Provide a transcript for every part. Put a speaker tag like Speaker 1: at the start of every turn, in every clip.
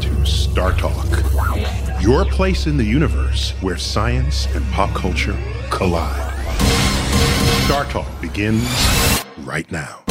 Speaker 1: to Star Talk, your place in the universe where science and pop culture collide. Star Talk begins right now.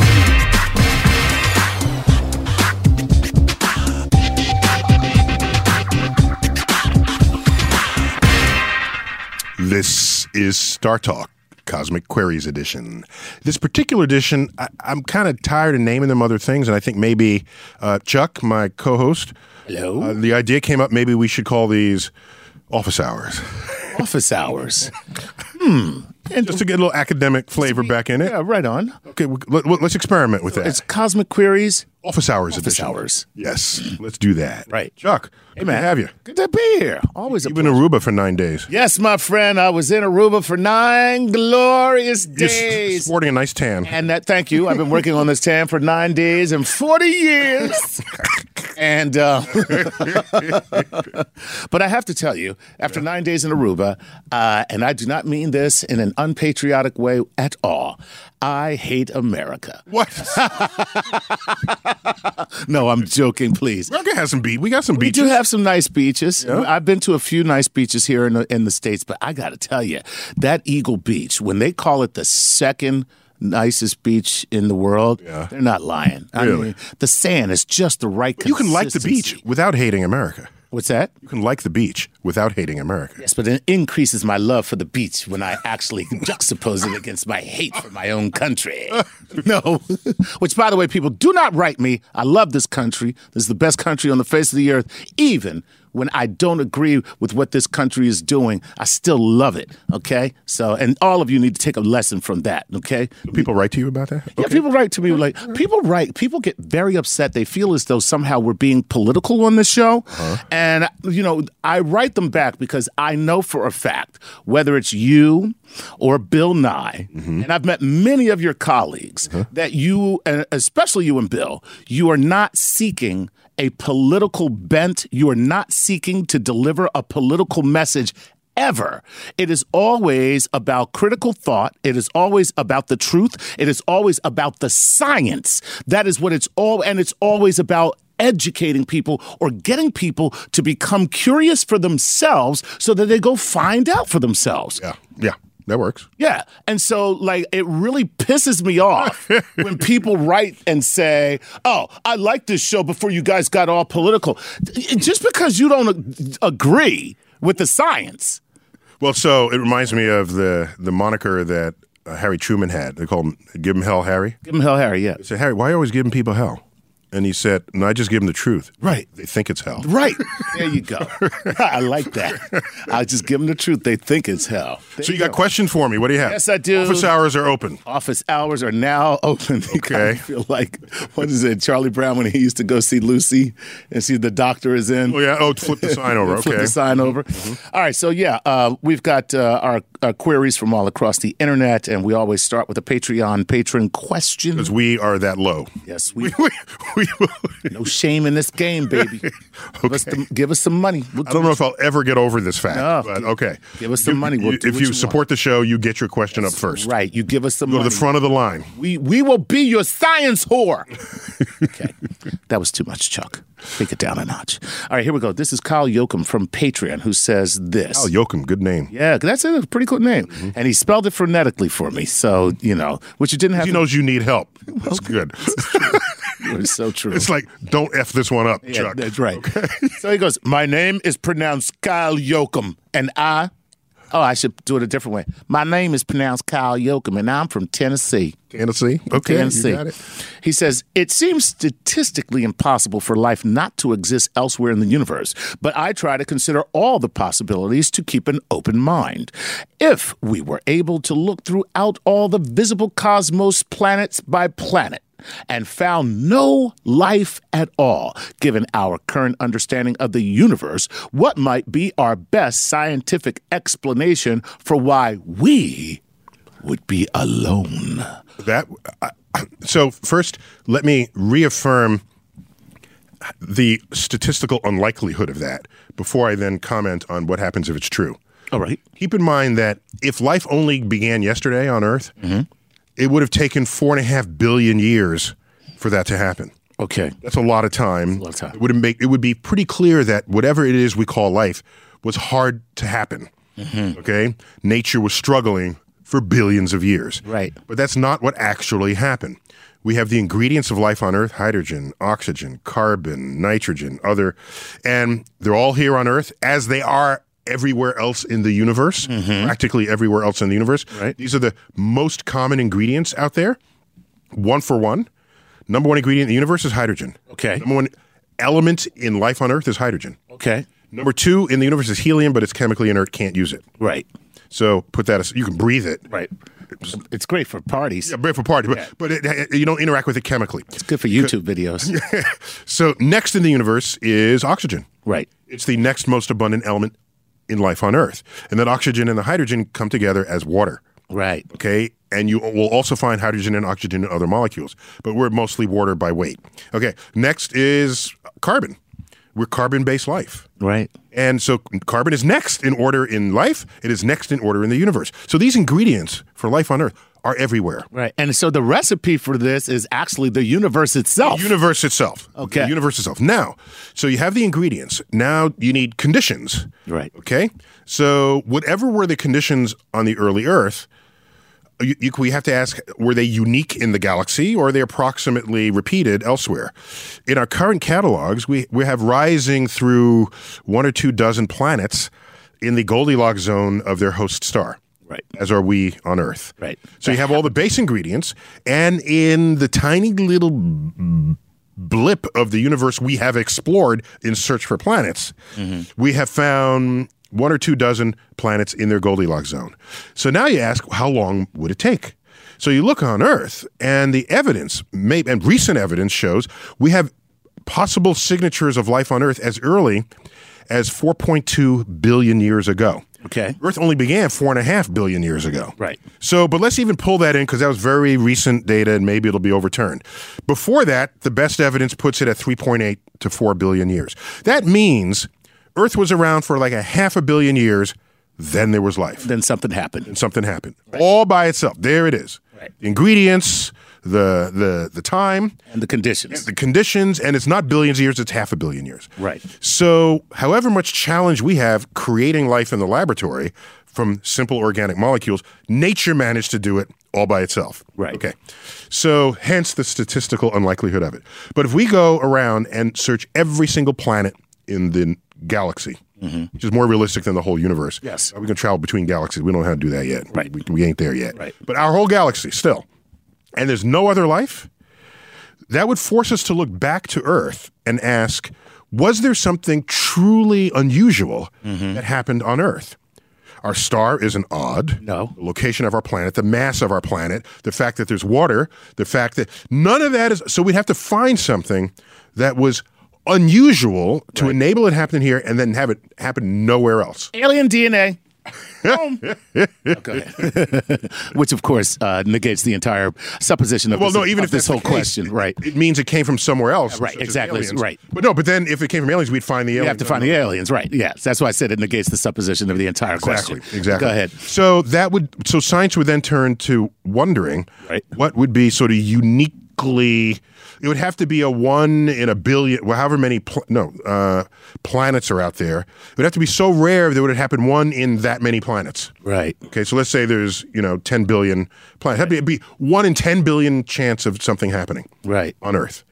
Speaker 1: This is Star Talk. Cosmic Queries Edition. This particular edition, I, I'm kind of tired of naming them other things, and I think maybe uh, Chuck, my co host,
Speaker 2: Hello.
Speaker 1: uh, the idea came up maybe we should call these office hours.
Speaker 2: Office hours.
Speaker 1: And just to get a little academic flavor back in it.
Speaker 3: Yeah, right on.
Speaker 1: Okay, we- let, us experiment with that.
Speaker 3: It's Cosmic Queries.
Speaker 1: office hours
Speaker 2: Office
Speaker 1: edition.
Speaker 2: hours.
Speaker 1: Yes, let's do that.
Speaker 3: Right.
Speaker 1: Chuck, hey, man. have you?
Speaker 3: Good to be here. Always a
Speaker 1: You've been in Aruba for nine days.
Speaker 3: Yes, my friend, I was in Aruba for nine glorious
Speaker 1: You're s-
Speaker 3: days.
Speaker 1: sporting a nice tan.
Speaker 3: And that, thank you. I've been working on this tan for nine days and 40 years. and, uh, but I have to tell you, after nine days in Aruba, uh, and I do not mean this in an unpatriotic way at all, I hate America.
Speaker 1: what?
Speaker 3: No, I'm joking, please.
Speaker 1: America has some beach. We got some
Speaker 3: We
Speaker 1: beaches.
Speaker 3: do have some nice beaches. I've been to a few nice beaches here in the, in the states, but I got to tell you, that Eagle Beach, when they call it the second nicest beach in the world, they're not lying. I
Speaker 1: Really?
Speaker 3: mean, the sand is just the right.
Speaker 1: you can like the
Speaker 3: consistency.
Speaker 1: beach without hating America.
Speaker 3: What's that?
Speaker 1: You can like the beach without hating America.
Speaker 3: Yes, but it increases my love for the beach when I actually juxtapose it against my hate for my own country. No, which by the way, people do not write me. I love this country. This is the best country on the face of the earth. Even when I don't agree with what this country is doing, I still love it. Okay, so and all of you need to take a lesson from that. Okay,
Speaker 1: Do people write to you about that?
Speaker 3: yeah, people write to me like people write. People get very upset. They feel as though somehow we're being political on this show, and you know I write them back because I know for a fact whether it's you or Bill Nye, and I've met many of your colleagues that you, and especially you and Bill, you are not seeking a political bent. You are not seeking to deliver a political message ever. It is always about critical thought. It is always about the truth. It is always about the science. That is what it's all, and it's always about educating people or getting people to become curious for themselves so that they go find out for themselves.
Speaker 1: Yeah, yeah, that works.
Speaker 3: Yeah. And so, like, it really pisses me off when people write and say, Oh, I like this show before you guys got all political. Just because you don't ag- agree with the science.
Speaker 1: Well, so it reminds me of the the moniker that uh, Harry Truman had. They called him "Give him hell, Harry."
Speaker 3: Give him hell, Harry. Yeah.
Speaker 1: They said, "Harry, why are you always giving people hell?" And he said, and I just give them the truth.
Speaker 4: Right.
Speaker 1: They think it's hell.
Speaker 4: Right. There you go.
Speaker 3: I like that. I just give them the truth. They think it's hell.
Speaker 1: so you got questions for me. What do you have?
Speaker 3: Yes, I do.
Speaker 1: Office hours are open.
Speaker 3: Office hours are now open. They kinda
Speaker 1: Okay.
Speaker 3: feel like, what is it, Charlie Brown when he used to go see Lucy and see the doctor is in?
Speaker 1: Oh, yeah. Oh, flip the sign over.
Speaker 3: Flip
Speaker 1: Okay. Mm-hmm.
Speaker 3: the sign over. All right, so yeah, uh, we've got uh, our, our queries from all across the internet, and we always start with a Patreon patron question.
Speaker 1: Because we are that low.
Speaker 3: Yes, we
Speaker 1: We, we will.
Speaker 3: no shame in this game, baby. give, us the, give us some money. We'll
Speaker 1: I don't know if I'll ever get over this fact,
Speaker 3: No.
Speaker 1: but okay.
Speaker 3: Give us some
Speaker 1: You-
Speaker 3: money. We'll
Speaker 1: you-
Speaker 3: do
Speaker 1: if
Speaker 3: what
Speaker 1: you,
Speaker 3: you want.
Speaker 1: support the show, you get your question up first.
Speaker 3: Right, you give us some
Speaker 1: Go to
Speaker 3: money.
Speaker 1: the front of the line.
Speaker 3: We we will be your science whore. okay, that was too much, Chuck. Take it down a notch. All right, here we go. This is Kyle Yoakum from Patreon who says this.
Speaker 1: Oh, Yoakum, good name.
Speaker 3: yeah, that's a pretty cool name, and he spelled it phonetically for me. So you know, which you didn't have.
Speaker 1: He
Speaker 3: to-
Speaker 1: knows you need help. That's good.
Speaker 3: It's so true.
Speaker 1: It's like, don't F this one up,
Speaker 3: Yeah,
Speaker 1: Chuck.
Speaker 3: that's right. so he goes, My name is pronounced Kyle Yoakum, and I, oh, I should do it a different way. My name is pronounced Kyle Yoakum, and I'm from Tennessee.
Speaker 1: Tennessee. Okay. you
Speaker 3: Tennessee.
Speaker 1: got it.
Speaker 3: He says, It seems statistically impossible for life not to exist elsewhere in the universe, but I try to consider all the possibilities to keep an open mind. If we were able to look throughout all the visible cosmos, planets by planet, and found no life at all, given our current understanding of the universe, what might be our best scientific explanation for why we would be alone?
Speaker 1: That I, I- so first, let me reaffirm the statistical unlikelihood of that before I then comment on what happens if it's true.
Speaker 3: All right.
Speaker 1: Keep in mind that if life only began yesterday on Earth, it would have taken four and a half billion years for that to happen.
Speaker 3: Okay.
Speaker 1: That's a lot of time.
Speaker 3: lot of time.
Speaker 1: It would make it would be pretty clear that whatever it is we call life was hard to happen.
Speaker 3: Mm-hmm.
Speaker 1: Okay, nature was struggling for billions of years.
Speaker 3: Right.
Speaker 1: but that's not what actually happened. We have the ingredients of life on Earth: hydrogen, oxygen, carbon, nitrogen, other, and they're all here on Earth as they are everywhere else in the universe. Practically everywhere else in the universe.
Speaker 3: Mm-hmm. Right.
Speaker 1: These are the most common ingredients out there one for one. Number one ingredient in the universe is hydrogen.
Speaker 3: Okay.
Speaker 1: Number one element in life on Earth is hydrogen.
Speaker 3: Okay.
Speaker 1: Number two in the universe is helium, but it's chemically inert, can't use it.
Speaker 3: Right.
Speaker 1: So put that as you can breathe it.
Speaker 3: Right. It's, it's great for parties.
Speaker 1: Yeah, breathe for party, but, but it, it- you don't interact with it chemically.
Speaker 3: It's good for YouTube videos.
Speaker 1: So next in the universe is oxygen.
Speaker 3: Right.
Speaker 1: It's the next most abundant element in life on Earth. And then oxygen and the hydrogen come together as water.
Speaker 3: Right.
Speaker 1: okay? And you will also find hydrogen and oxygen and other molecules, but we're mostly water by weight. Okay, next is carbon. We're carbon based life.
Speaker 3: Right.
Speaker 1: And so carbon is next in order in life, it is next in order in the universe. So these ingredients for life on Earth are everywhere.
Speaker 3: Right. And so the recipe for this is actually the universe itself.
Speaker 1: Universe itself.
Speaker 3: Okay.
Speaker 1: The universe itself. Now, so you have the ingredients. Now you need conditions.
Speaker 3: Right.
Speaker 1: Okay. So whatever were the conditions on the early Earth, you, you, we have to ask: Were they unique in the galaxy, or are they approximately repeated elsewhere? In our current catalogs, we we have rising through one or two dozen planets in the Goldilocks zone of their host star.
Speaker 3: Right.
Speaker 1: As are we on Earth.
Speaker 3: Right.
Speaker 1: So you have all the base ingredients, and in the tiny little blip of the universe we have explored in search for planets,
Speaker 3: Mm-hmm.
Speaker 1: we have found one or two dozen planets in their Goldilocks zone. So now you ask, how long would it take? So you look on Earth, and the evidence, may, and recent evidence shows we have possible signatures of life on Earth as early as 4.2 billion years ago.
Speaker 3: Okay.
Speaker 1: Earth only began four and a half billion years ago.
Speaker 3: Right.
Speaker 1: So, but let's even pull that in because that was very recent data and maybe it'll be overturned. Before that, the best evidence puts it at 3.8 to 4 billion years. That means Earth was around for like a half a billion years, then there was life
Speaker 3: Then something happened.
Speaker 1: and something happened all by itself. There it is.
Speaker 3: Right.
Speaker 1: The ingredients, the the the time,
Speaker 3: And the conditions.
Speaker 1: the conditions, and it's not billions of years, it's half a billion years.
Speaker 3: Right.
Speaker 1: So, however much challenge we have creating life in the laboratory from simple organic molecules, nature managed to do it all by itself.
Speaker 3: Right.
Speaker 1: Okay. So, hence the statistical unlikelihood of it. But if we go around and search every single planet in the galaxy, which is more realistic than the whole universe,
Speaker 3: Mm-hmm. Yes.
Speaker 1: we can travel between galaxies. We don't know how to do that yet.
Speaker 3: Right.
Speaker 1: We, we ain't there yet.
Speaker 3: Right.
Speaker 1: But our whole galaxy still. And there's no other life That would force us to look back to Earth and ask was there something truly unusual
Speaker 3: Mm-hmm.
Speaker 1: that happened on Earth? Our star isn't odd.
Speaker 3: No.
Speaker 1: The location of our planet, the mass of our planet, the fact that there's water, the fact that none of that is. So we'd have to find something that was unusual to enable it happening here and then have it happen nowhere else.
Speaker 3: Alien DNA.
Speaker 1: Oh,
Speaker 3: Boom. Okay. Which, of course, uh, negates the entire supposition of
Speaker 1: Well,
Speaker 3: this,
Speaker 1: no, even
Speaker 3: of
Speaker 1: if
Speaker 3: this
Speaker 1: that's the
Speaker 3: whole
Speaker 1: case,
Speaker 3: question,
Speaker 1: it-
Speaker 3: right?
Speaker 1: It means it came from somewhere else.
Speaker 3: right,
Speaker 1: such as
Speaker 3: exactly,
Speaker 1: aliens.
Speaker 3: right.
Speaker 1: But no, but then if it came from aliens, we'd find the aliens.
Speaker 3: You have to find the aliens, right? Yes, that's why I said it negates the supposition of the entire
Speaker 1: Exactly.
Speaker 3: question.
Speaker 1: Exactly.
Speaker 3: Go ahead.
Speaker 1: So that would so science would then turn to wondering
Speaker 3: Right.
Speaker 1: what would be sort of uniquely. It would have to be a one in a billion, well, however many pl- no uh, planets are out there. It would have to be so rare that it would happen one in that many planets.
Speaker 3: Right.
Speaker 1: Okay, so let's say there's you know 10 billion planets. That'd be, it'd be one in 10 billion chance of something happening
Speaker 3: Right.
Speaker 1: on Earth.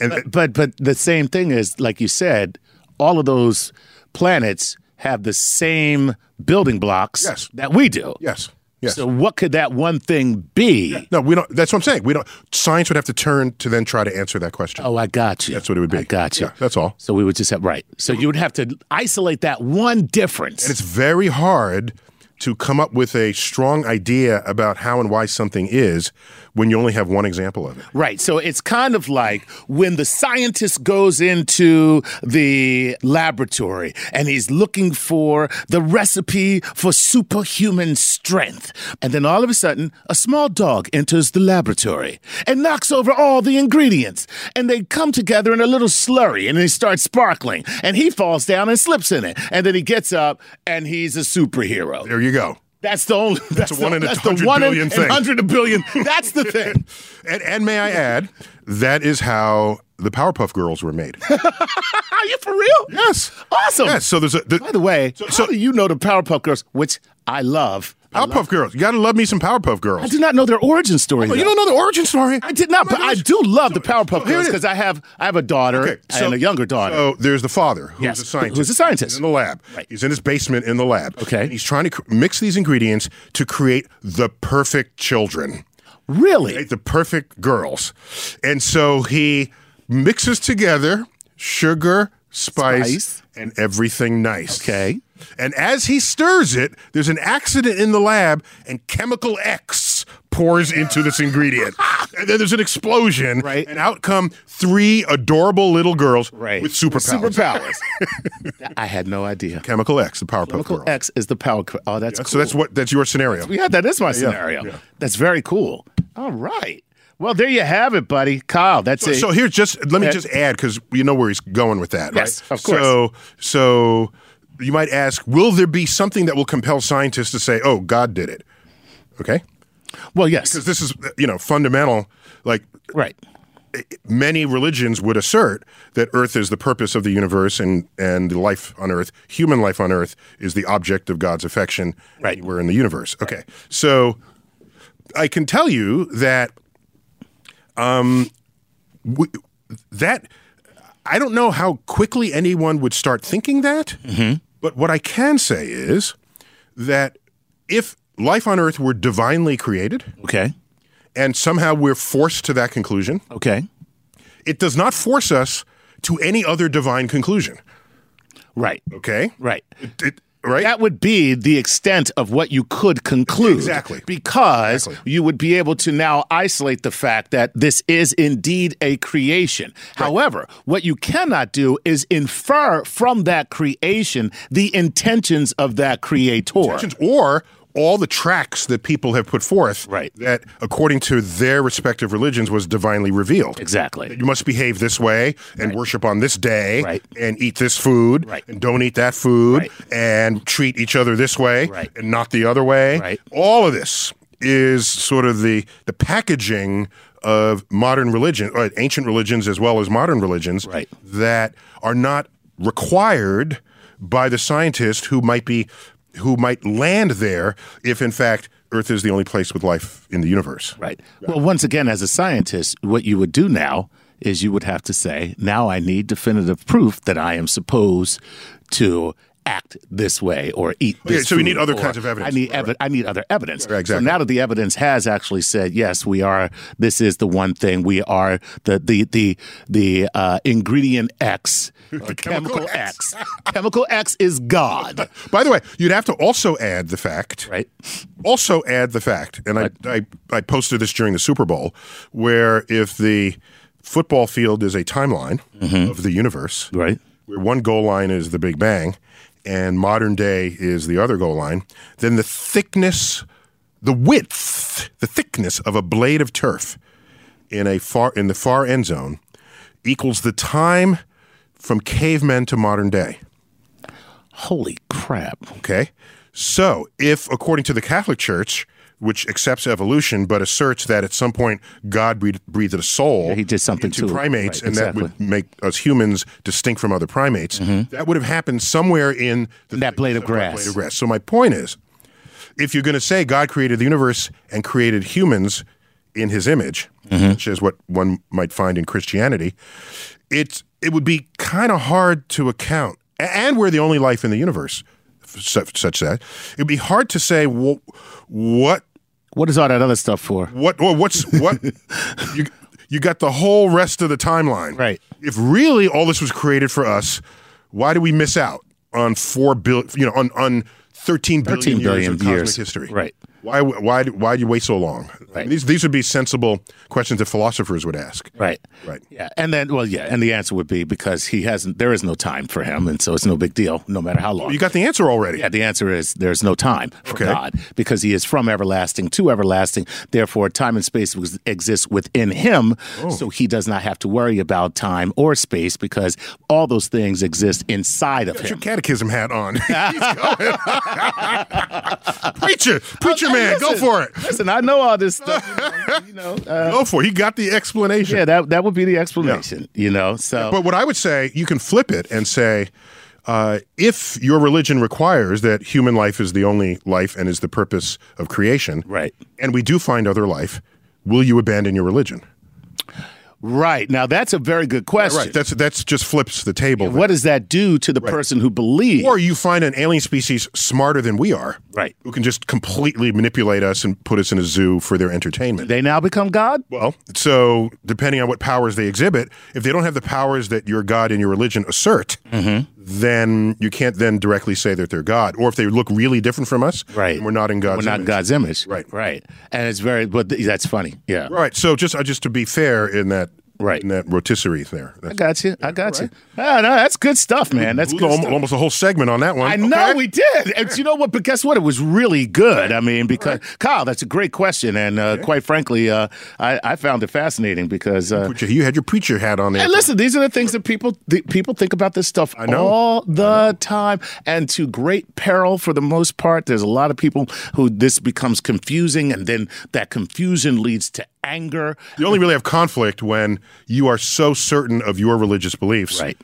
Speaker 1: And
Speaker 3: But but the same thing is, like you said, all of those planets have the same building blocks
Speaker 1: Yes.
Speaker 3: that we do.
Speaker 1: yes, yes.
Speaker 3: So what could that one thing be?
Speaker 1: No, we don't. That's what I'm saying. We don't. Science would have to turn to then try to answer that question.
Speaker 3: Oh, I got you.
Speaker 1: That's what it would be.
Speaker 3: I got you.
Speaker 1: Yeah, that's all.
Speaker 3: So we would just have right. So you would have to isolate that one difference.
Speaker 1: It's very hard to come up with a strong idea about how and why something is when you only have one example of it.
Speaker 3: Right. So it's kind of like when the scientist goes into the laboratory and he's looking for the recipe for superhuman strength. And then all of a sudden, a small dog enters the laboratory and knocks over all the ingredients. And they come together in a little slurry and they start sparkling. And he falls down and slips in it. And then he gets up and he's a superhero.
Speaker 1: There you go.
Speaker 3: That's the only. That's,
Speaker 1: a one
Speaker 3: the,
Speaker 1: in a
Speaker 3: that's the
Speaker 1: hundred
Speaker 3: one in-
Speaker 1: billion
Speaker 3: in
Speaker 1: thing.
Speaker 3: hundred billion. That's the thing.
Speaker 1: And, and may I add, that is how the Powerpuff Girls were made.
Speaker 3: Are you for real?
Speaker 1: Yes.
Speaker 3: Awesome.
Speaker 1: Yes. So there's a Oh. the,
Speaker 3: By the way,
Speaker 1: So-
Speaker 3: so,
Speaker 1: so-
Speaker 3: how do you know the Powerpuff Girls, which I love?
Speaker 1: Powerpuff Girls. You got to love me some Powerpuff Girls.
Speaker 3: I do not know their origin story.
Speaker 1: Well, Oh, you
Speaker 3: though.
Speaker 1: don't know the origin story.
Speaker 3: I did not,
Speaker 1: Oh my
Speaker 3: but I
Speaker 1: gosh.
Speaker 3: do love the
Speaker 1: so
Speaker 3: Powerpuff
Speaker 1: here
Speaker 3: Girls
Speaker 1: it is.
Speaker 3: because I have I have a daughter
Speaker 1: Okay, so-
Speaker 3: and a younger daughter.
Speaker 1: So there's the father, who's
Speaker 3: Yes,
Speaker 1: a scientist.
Speaker 3: who's a scientist.
Speaker 1: He's in the lab.
Speaker 3: Right.
Speaker 1: He's in his basement in the lab.
Speaker 3: Okay.
Speaker 1: And he's trying to cr- mix these ingredients to create the perfect children,
Speaker 3: really?
Speaker 1: right? the perfect girls. And so he mixes together sugar, spice,
Speaker 3: Spice.
Speaker 1: and everything nice.
Speaker 3: Okay.
Speaker 1: And as he stirs it, there's an accident in the lab, and chemical X pours into this ingredient. and then there's an explosion,
Speaker 3: Right.
Speaker 1: and out come three adorable little girls
Speaker 3: Right.
Speaker 1: with superpowers.
Speaker 3: Superpowers. I had no idea.
Speaker 1: Chemical X, the Powerpuff
Speaker 3: Uncle
Speaker 1: Girl.
Speaker 3: X is the power. Cr- Oh, that's
Speaker 1: So
Speaker 3: cool.
Speaker 1: that's what that's your scenario.
Speaker 3: yeah, that is my scenario.
Speaker 1: yeah.
Speaker 3: That's very cool. All right. Well, there you have it, buddy. Kyle, that's it.
Speaker 1: So here, just let me
Speaker 3: Yeah.
Speaker 1: just add because you know where he's going with that,
Speaker 3: Yes,
Speaker 1: right?
Speaker 3: of course.
Speaker 1: So, so you might ask, will there be something that will compel scientists to say, "Oh, God did it"? Okay,
Speaker 3: well, yes.
Speaker 1: because this is you know fundamental. Like
Speaker 3: Right.
Speaker 1: many religions would assert that Earth is the purpose of the universe, and and life on Earth, human life on Earth, is the object of God's affection.
Speaker 3: Right.
Speaker 1: anywhere in the universe. Okay, so I can tell you that w- that I don't know how quickly anyone would start thinking that,
Speaker 3: Mm-hmm.
Speaker 1: but what I can say is that if life on Earth were divinely created
Speaker 3: Okay.
Speaker 1: and somehow we're forced to that conclusion,
Speaker 3: Okay.
Speaker 1: it does not force us to any other divine conclusion.
Speaker 3: Right.
Speaker 1: Okay,
Speaker 3: Right.
Speaker 1: It- it- right?
Speaker 3: That would be the extent of what you could conclude.
Speaker 1: Exactly.
Speaker 3: Because you would be able to now isolate the fact that this is indeed a creation. However, what you cannot do is infer from that creation the intentions of that creator.
Speaker 1: or all the tracks that people have put forth
Speaker 3: Right.
Speaker 1: that according to their respective religions was divinely revealed
Speaker 3: Exactly.
Speaker 1: that you must behave this way and worship on this day
Speaker 3: Right.
Speaker 1: and eat this food
Speaker 3: Right.
Speaker 1: and don't eat that food
Speaker 3: Right.
Speaker 1: and treat each other this way
Speaker 3: Right.
Speaker 1: and not the other way.
Speaker 3: Right.
Speaker 1: All of this is sort of the the packaging of modern religion, or ancient religions as well as modern religions
Speaker 3: Right.
Speaker 1: that are not required by the scientist who might be who might land there if in fact Earth is the only place with life in the universe.
Speaker 3: Right. Well, once again, as a scientist, what you would do now is you would have to say, now I need definitive proof that I am supposed to act this way or eat
Speaker 1: Okay,
Speaker 3: this
Speaker 1: so we need
Speaker 3: food
Speaker 1: other
Speaker 3: or
Speaker 1: kinds of evidence.
Speaker 3: I need,
Speaker 1: Right,
Speaker 3: evi- I need other evidence.
Speaker 1: Right, exactly.
Speaker 3: So now that the evidence has actually said, yes, we are, this is the one thing, we are the, the, the, the uh, ingredient X, the chemical,
Speaker 1: chemical
Speaker 3: X.
Speaker 1: X.
Speaker 3: chemical X is God.
Speaker 1: By the way, you'd have to also add the fact,
Speaker 3: Right.
Speaker 1: Also add the fact, and I, I I posted this during the Super Bowl, where if the football field is a timeline of the universe,
Speaker 3: Right.
Speaker 1: where one goal line is the Big Bang, and modern day is the other goal line, then the thickness, the width, the thickness of a blade of turf in a far in the far end zone equals the time from cavemen to modern day.
Speaker 3: Holy crap.
Speaker 1: Okay. So, if according to the Catholic Church, which accepts evolution but asserts that at some point God breathed, breathed a soul
Speaker 3: Yeah, he did something
Speaker 1: into
Speaker 3: to-
Speaker 1: primates
Speaker 3: right,
Speaker 1: and that
Speaker 3: exactly.
Speaker 1: would make us humans distinct from other primates, that would have happened somewhere in the,
Speaker 3: Mm-hmm. That blade of
Speaker 1: that
Speaker 3: grass.
Speaker 1: blade grass. So, my point is if you're going to say God created the universe and created humans in his image,
Speaker 3: Mm-hmm.
Speaker 1: which is what one might find in Christianity, it's it would be kind of hard to account, A- and we're the only life in the universe, such, such that it'd be hard to say wh- what
Speaker 3: What is all that other stuff for?
Speaker 1: what or what's what you you got the whole rest of the timeline
Speaker 3: Right.
Speaker 1: If really all this was created for us, why do we miss out on four billion? You know, on on thirteen billion,
Speaker 3: 13 billion
Speaker 1: years of cosmic
Speaker 3: years.
Speaker 1: history,
Speaker 3: Right.
Speaker 1: Why why why do you wait so long?
Speaker 3: Right.
Speaker 1: These these would be sensible questions that philosophers would ask.
Speaker 3: Right.
Speaker 1: Right.
Speaker 3: Yeah. And then, well, yeah. And the answer would be because he hasn't, there is no time for him. And so it's no big deal, no matter how long.
Speaker 1: You got the answer already.
Speaker 3: yeah. The answer is there's no time for
Speaker 1: Okay.
Speaker 3: God because he is from everlasting to everlasting. Therefore, time and space was, exists within him.
Speaker 1: Oh.
Speaker 3: So he does not have to worry about time or space because all those things exist inside of
Speaker 1: Put your
Speaker 3: him.
Speaker 1: catechism hat on. He's going. preacher, preacher man, go
Speaker 3: Listen,
Speaker 1: for it.
Speaker 3: Listen, I know all this stuff. You know, you know, uh,
Speaker 1: Go for it. He got the explanation.
Speaker 3: yeah, that, that would be the explanation, you know? So,
Speaker 1: But what I would say, you can flip it and say, uh, if your religion requires that human life is the only life and is the purpose of creation,
Speaker 3: Right.
Speaker 1: And we do find other life, will you abandon your religion?
Speaker 3: right. Now, that's a very good question.
Speaker 1: Right. That's that's just flips the table.
Speaker 3: What does that do to the person who believes?
Speaker 1: or you find an alien species smarter than we are,
Speaker 3: Right.
Speaker 1: Who can just completely manipulate us and put us in a zoo for their entertainment.
Speaker 3: they now become God?
Speaker 1: Well, so depending on what powers they exhibit, if they don't have the powers that your God and your religion assert,
Speaker 3: Mm-hmm.
Speaker 1: then you can't then directly say that they're God. Or if they look really different from us,
Speaker 3: Right.
Speaker 1: then we're not in God's
Speaker 3: We're not
Speaker 1: image.
Speaker 3: God's image.
Speaker 1: Right.
Speaker 3: Right. And it's very, but th- that's funny. Yeah.
Speaker 1: Right. So just uh, just to be fair in that
Speaker 3: Right.
Speaker 1: in that rotisserie there. That's
Speaker 3: I got you. I got you. Ah, no, that's good stuff, man. That's good.
Speaker 1: almost,
Speaker 3: stuff.
Speaker 1: almost a whole segment on that one.
Speaker 3: I know
Speaker 1: Okay.
Speaker 3: we did. And you know what? But guess what? It was really good. I mean, because Kyle, that's a great question, and uh, quite frankly, uh, I, I found it fascinating because uh,
Speaker 1: Put your- you had your preacher hat on there.
Speaker 3: And listen, these are the things that people th- people think about this stuff
Speaker 1: know.
Speaker 3: all the time, and to great peril for the most part. There's a lot of people who this becomes confusing, and then that confusion leads to anger.
Speaker 1: You only really have conflict when you are so certain of your religious beliefs.
Speaker 3: Right.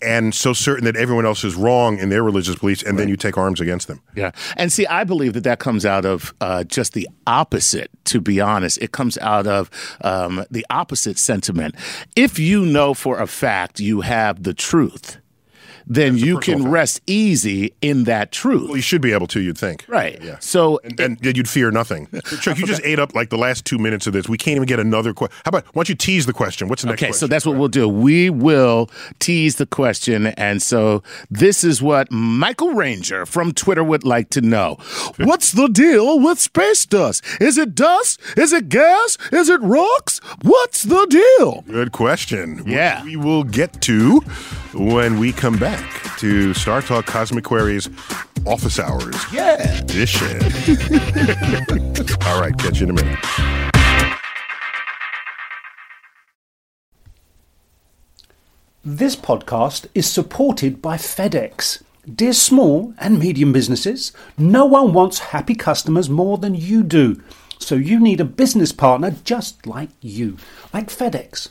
Speaker 1: And so certain that everyone else is wrong in their religious beliefs, and then you take arms against them.
Speaker 3: Yeah, and see, I believe that that comes out of uh, just the opposite. To be honest, it comes out of um, the opposite sentiment. If you know for a fact you have the truth, then you can rest easy in that truth.
Speaker 1: Well, you should be able to, you'd think.
Speaker 3: Right.
Speaker 1: Yeah.
Speaker 3: So
Speaker 1: and, and yet you'd fear nothing. Chuck, you just ate up like the last two minutes of this. We can't even get another question. How about why don't you tease the question? What's the next
Speaker 3: Okay, so
Speaker 1: question?
Speaker 3: that's what we'll do. We will tease the question. And so this is what Michael Ranger from Twitter would like to know What's the deal with space dust? Is it dust? Is it gas? Is it rocks? What's the deal?
Speaker 1: Good question. which
Speaker 3: Yeah.
Speaker 1: we will get to when we come back to Star Talk Cosmic Queries Office Hours
Speaker 3: Yeah.
Speaker 1: Edition. All right, catch you in a minute.
Speaker 5: This podcast is supported by FedEx. Dear small and medium businesses, no one wants happy customers more than you do. So you need a business partner just like you, like FedEx,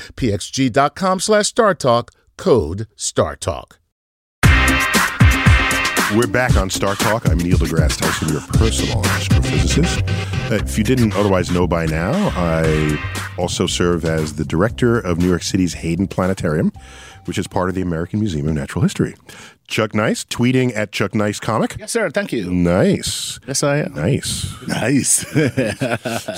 Speaker 3: pxg.com slash StarTalk. Code StarTalk.
Speaker 1: We're back on Star Talk. I'm Neil deGrasse Tyson, your personal astrophysicist. Uh, If you didn't otherwise know by now, I also serve as the director of New York City's Hayden Planetarium, which is part of the American Museum of Natural History. Chuck Nice, tweeting at Chuck Nice Comic.
Speaker 3: Yes, sir. Thank you.
Speaker 1: Nice.
Speaker 3: Yes, I am.
Speaker 1: Nice.
Speaker 3: Mm. Nice.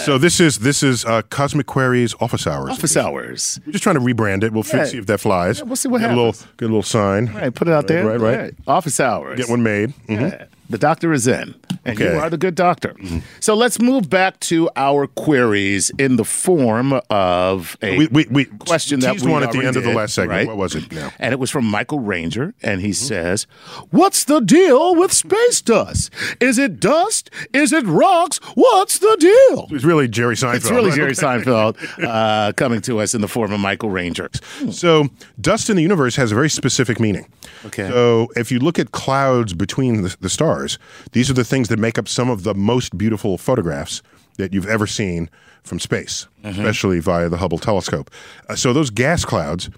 Speaker 1: So this is this is uh, Cosmic Queries Office Hours.
Speaker 3: Office hours.
Speaker 1: We're just trying to rebrand it. We'll fi-
Speaker 3: Yeah.
Speaker 1: see if that flies.
Speaker 3: Yeah, we'll see what
Speaker 1: get A little,
Speaker 3: happens.
Speaker 1: get a little sign.
Speaker 3: All right, put it out there.
Speaker 1: Right, right.
Speaker 3: All Office hours.
Speaker 1: Get one made. Mhm.
Speaker 3: Yeah. The doctor is in, and
Speaker 1: Okay.
Speaker 3: you are the good doctor. So let's move back to our queries in the form of a
Speaker 1: We, we, we
Speaker 3: question that
Speaker 1: teased
Speaker 3: we
Speaker 1: one at the
Speaker 3: already
Speaker 1: end of the
Speaker 3: did,
Speaker 1: last segment.
Speaker 3: right?
Speaker 1: What was it? Mm-hmm. Now
Speaker 3: And it was from Michael Ranger, and he says, What's the deal with space dust? Is it dust? Is it rocks? What's the deal?
Speaker 1: it's really Jerry Seinfeld.
Speaker 3: It's really Jerry Seinfeld uh, coming to us in the form of Michael Ranger.
Speaker 1: So dust in the universe has a very specific meaning.
Speaker 3: Okay.
Speaker 1: So if you look at clouds between the, the stars, these are the things that make up some of the most beautiful photographs that you've ever seen from space, especially via the Hubble telescope. Uh, so those gas clouds.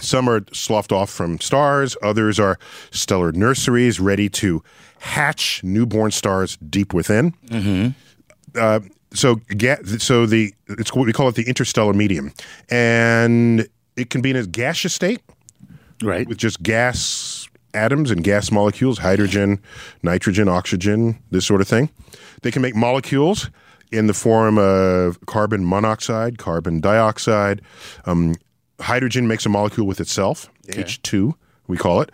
Speaker 1: Some are sloughed off from stars, others are stellar nurseries ready to hatch newborn stars deep within. Uh, so ga- so the it's what we call it the interstellar medium, and it can be in a gaseous state
Speaker 3: Right.
Speaker 1: with just gas atoms and gas molecules, hydrogen, nitrogen, oxygen, this sort of thing. They can make molecules in the form of carbon monoxide, carbon dioxide. Um, hydrogen makes a molecule with itself, H2, we call it.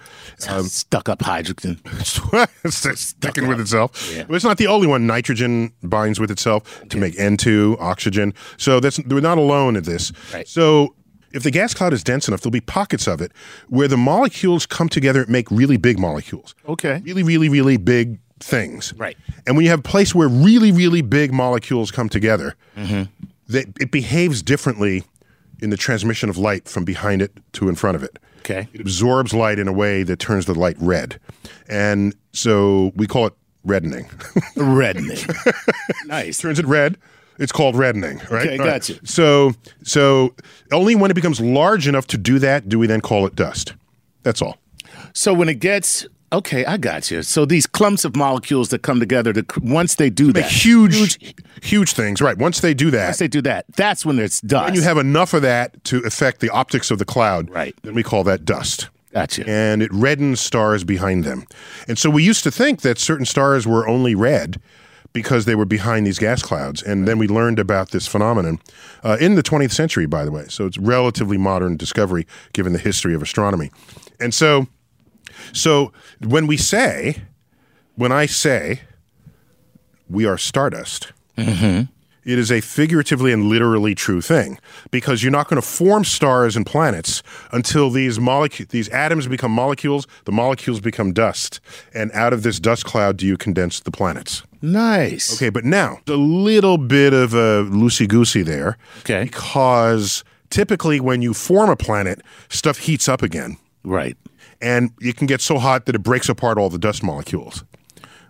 Speaker 1: um,
Speaker 3: Stuck up hydrogen.
Speaker 1: it's just sticking with itself. But it's not the only one. Nitrogen binds with itself to make N2, oxygen. So that's we're not alone in this.
Speaker 3: Right.
Speaker 1: So if the gas cloud is dense enough, there'll be pockets of it where the molecules come together and make really big molecules.
Speaker 3: Okay.
Speaker 1: Really, really, really big things.
Speaker 3: Right.
Speaker 1: And when you have a place where really, really big molecules come together,
Speaker 3: Mm-hmm.
Speaker 1: that it behaves differently in the transmission of light from behind it to in front of it.
Speaker 3: Okay.
Speaker 1: It absorbs light in a way that turns the light red. And so we call it reddening.
Speaker 3: Reddening. nice.
Speaker 1: turns it red. It's called reddening, right?
Speaker 3: Okay,
Speaker 1: All right.
Speaker 3: gotcha.
Speaker 1: So, so only when it becomes large enough to do that do we then call it dust. That's all.
Speaker 3: So when it gets okay, I got you. So these clumps of molecules that come together to cr- once they do that,
Speaker 1: Huge, huge, things, right? Once they do that,
Speaker 3: once they do that, that's when it's dust.
Speaker 1: and you have enough of that to affect the optics of the cloud,
Speaker 3: Right.
Speaker 1: Then we call that dust.
Speaker 3: Gotcha.
Speaker 1: And it reddens stars behind them. And so we used to think that certain stars were only red because they were behind these gas clouds. And then we learned about this phenomenon uh, in the 20th century, by the way. So it's relatively modern discovery given the history of astronomy. And so, so when we say, when I say, we are stardust it is a figuratively and literally true thing because you're not going to form stars and planets until these molecu- these atoms become molecules, the molecules become dust, and out of this dust cloud do you condense the planets.
Speaker 3: nice.
Speaker 1: Okay, but now a little bit of a loosey goosey there,
Speaker 3: Okay.
Speaker 1: because typically when you form a planet, stuff heats up again,
Speaker 3: Right.
Speaker 1: and it can get so hot that it breaks apart all the dust molecules.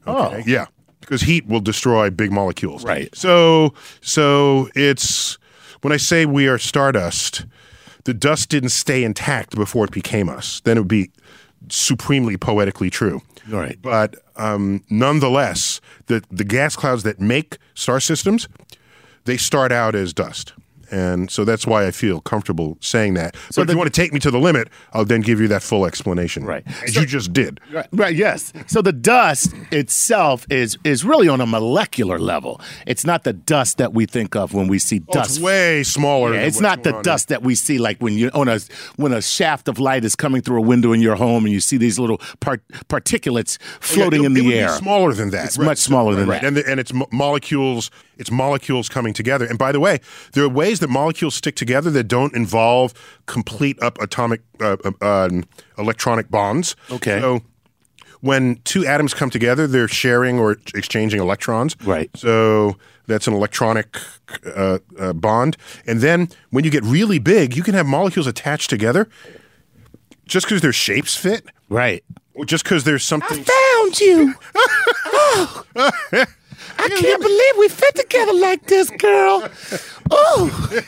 Speaker 3: Oh.
Speaker 1: Yeah, because heat will destroy big molecules.
Speaker 3: Right.
Speaker 1: So, so it's when I say we are stardust, the dust didn't stay intact before it became us. Then it would be supremely poetically true.
Speaker 3: Right.
Speaker 1: But um, nonetheless, the the gas clouds that make star systems, they start out as dust. And so that's why I feel comfortable saying that. but if you want to take me to the limit, I'll then give you that full explanation.
Speaker 3: Right.
Speaker 1: As you just did.
Speaker 3: Right, right, yes. So the dust itself is is really on a molecular level. It's not the dust that we think of when we see
Speaker 1: Oh,
Speaker 3: dust.
Speaker 1: it's way smaller.
Speaker 3: Yeah,
Speaker 1: than
Speaker 3: it's
Speaker 1: what's
Speaker 3: not
Speaker 1: going
Speaker 3: the
Speaker 1: on
Speaker 3: dust that we see like when you on a when a shaft of light is coming through a window in your home and you see these little part, particulates floating in
Speaker 1: Oh, Yeah, it- it would
Speaker 3: the
Speaker 1: be
Speaker 3: air.
Speaker 1: smaller than that.
Speaker 3: It's much smaller than that.
Speaker 1: And, the, and it's mo- molecules. It's molecules coming together. And by the way, there are ways that molecules stick together that don't involve complete up atomic uh, uh, um, electronic bonds.
Speaker 3: Okay.
Speaker 1: So when two atoms come together, they're sharing or exchanging electrons.
Speaker 3: Right.
Speaker 1: So that's an electronic uh, uh, bond. And then when you get really big, you can have molecules attached together just because their shapes fit.
Speaker 3: Right.
Speaker 1: or Just because there's something
Speaker 3: Found you. Oh, I can't believe we fit together like this, girl. Oh,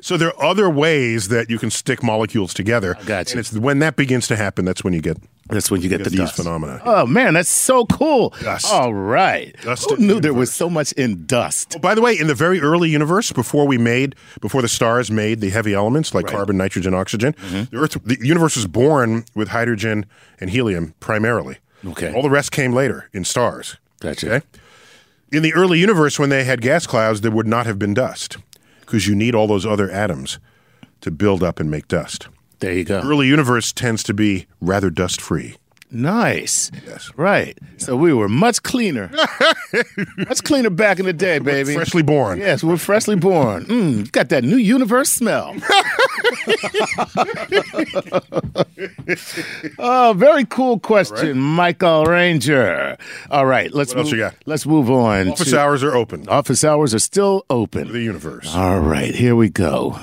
Speaker 1: So there are other ways that you can stick molecules together.
Speaker 3: gotcha.
Speaker 1: And it's when that begins to happen, that's when you get
Speaker 3: that's when you get the
Speaker 1: these
Speaker 3: dust.
Speaker 1: phenomena.
Speaker 3: Oh man, that's so cool.
Speaker 1: Dust.
Speaker 3: All right.
Speaker 1: Dust
Speaker 3: Who
Speaker 1: in the
Speaker 3: knew there was so much in dust?
Speaker 1: By the way, in the very early universe, before we made, before the stars made the heavy elements like carbon, nitrogen, oxygen, the Earth, the universe was born with hydrogen and helium primarily.
Speaker 3: Okay.
Speaker 1: All the rest came later in stars.
Speaker 3: Gotcha.
Speaker 1: In the early universe, when they had gas clouds, there would not have been dust because you need all those other atoms to build up and make dust.
Speaker 3: There you go.
Speaker 1: Early universe tends to be rather dust free.
Speaker 3: Nice.
Speaker 1: Yes.
Speaker 3: Right. So we were much cleaner. much cleaner back in the day, baby.
Speaker 1: Freshly born.
Speaker 3: Yes, we're freshly born. Mm, got that new universe smell. oh, very cool question, Michael Ranger. All right, let's
Speaker 1: What else
Speaker 3: move,
Speaker 1: you got?
Speaker 3: let's move on.
Speaker 1: Office
Speaker 3: to-
Speaker 1: hours are open.
Speaker 3: Office hours are still open.
Speaker 1: The universe.
Speaker 3: All right, here we go.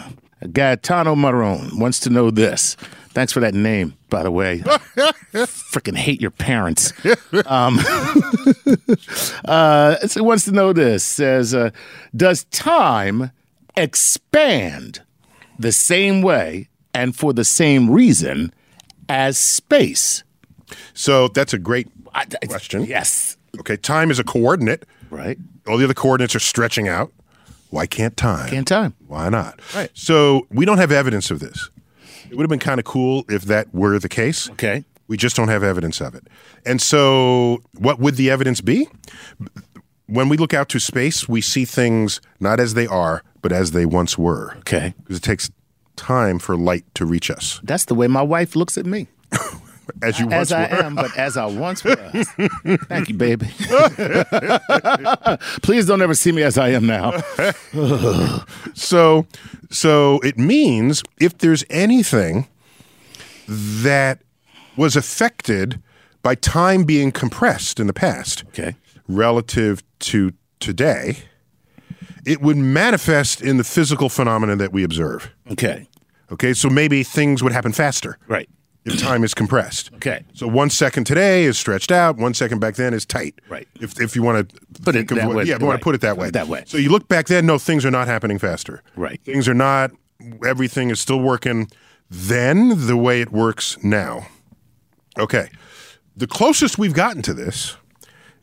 Speaker 3: Gaetano Marone wants to know this. Thanks for that name, by the way. Freaking hate your parents. Um, uh, so wants to know this. Says, uh, does time expand the same way and for the same reason as space?
Speaker 1: So that's a great
Speaker 3: I- I-
Speaker 1: question.
Speaker 3: Yes.
Speaker 1: Okay, time is a coordinate.
Speaker 3: Right.
Speaker 1: All the other coordinates are stretching out. Why can't time?
Speaker 3: Can't time.
Speaker 1: Why not?
Speaker 3: Right.
Speaker 1: So we don't have evidence of this. It would have been kind of cool if that were the case.
Speaker 3: Okay.
Speaker 1: We just don't have evidence of it. And so, what would the evidence be? When we look out to space, we see things not as they are, but as they once were.
Speaker 3: Okay.
Speaker 1: Because it takes time for light to reach us.
Speaker 3: That's the way my wife looks at me.
Speaker 1: As you
Speaker 3: as
Speaker 1: once
Speaker 3: I
Speaker 1: were.
Speaker 3: am, but as I once was. Thank you, baby. Please don't ever see me as I am now.
Speaker 1: So, so it means if there's anything that was affected by time being compressed in the past,
Speaker 3: Okay.
Speaker 1: relative to today, it would manifest in the physical phenomena that we observe.
Speaker 3: Okay.
Speaker 1: Okay, so maybe things would happen faster.
Speaker 3: Right.
Speaker 1: If time is compressed.
Speaker 3: Okay.
Speaker 1: So one second today is stretched out, one second back then is tight.
Speaker 3: Right.
Speaker 1: If, if you want to
Speaker 3: Put it that way,
Speaker 1: Yeah, if you want
Speaker 3: right.
Speaker 1: to put it that
Speaker 3: Put
Speaker 1: way.
Speaker 3: it that way.
Speaker 1: So you look back then, no, things are not happening faster.
Speaker 3: Right.
Speaker 1: Things are not, everything is still working then the way it works now. Okay. The closest we've gotten to this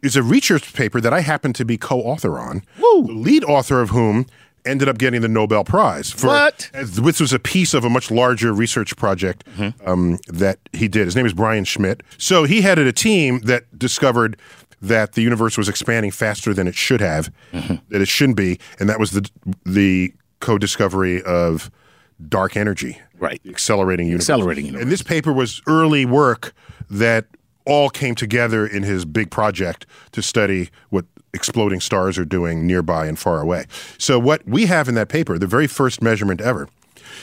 Speaker 1: is a research paper that I happen to be co author on, the lead author of whom ended up getting the Nobel Prize. For,
Speaker 3: What?
Speaker 1: as- This was a piece of a much larger research project um, that he did. His name is Brian Schmidt. So he headed a team that discovered that the universe was expanding faster than it should have, that it shouldn't be, and that was the the co-discovery of dark energy,
Speaker 3: Right.
Speaker 1: The Accelerating universe.
Speaker 3: Accelerating universe.
Speaker 1: And this paper was early work that all came together in his big project to study what exploding stars are doing nearby and far away. So, what we have in that paper, the very first measurement ever,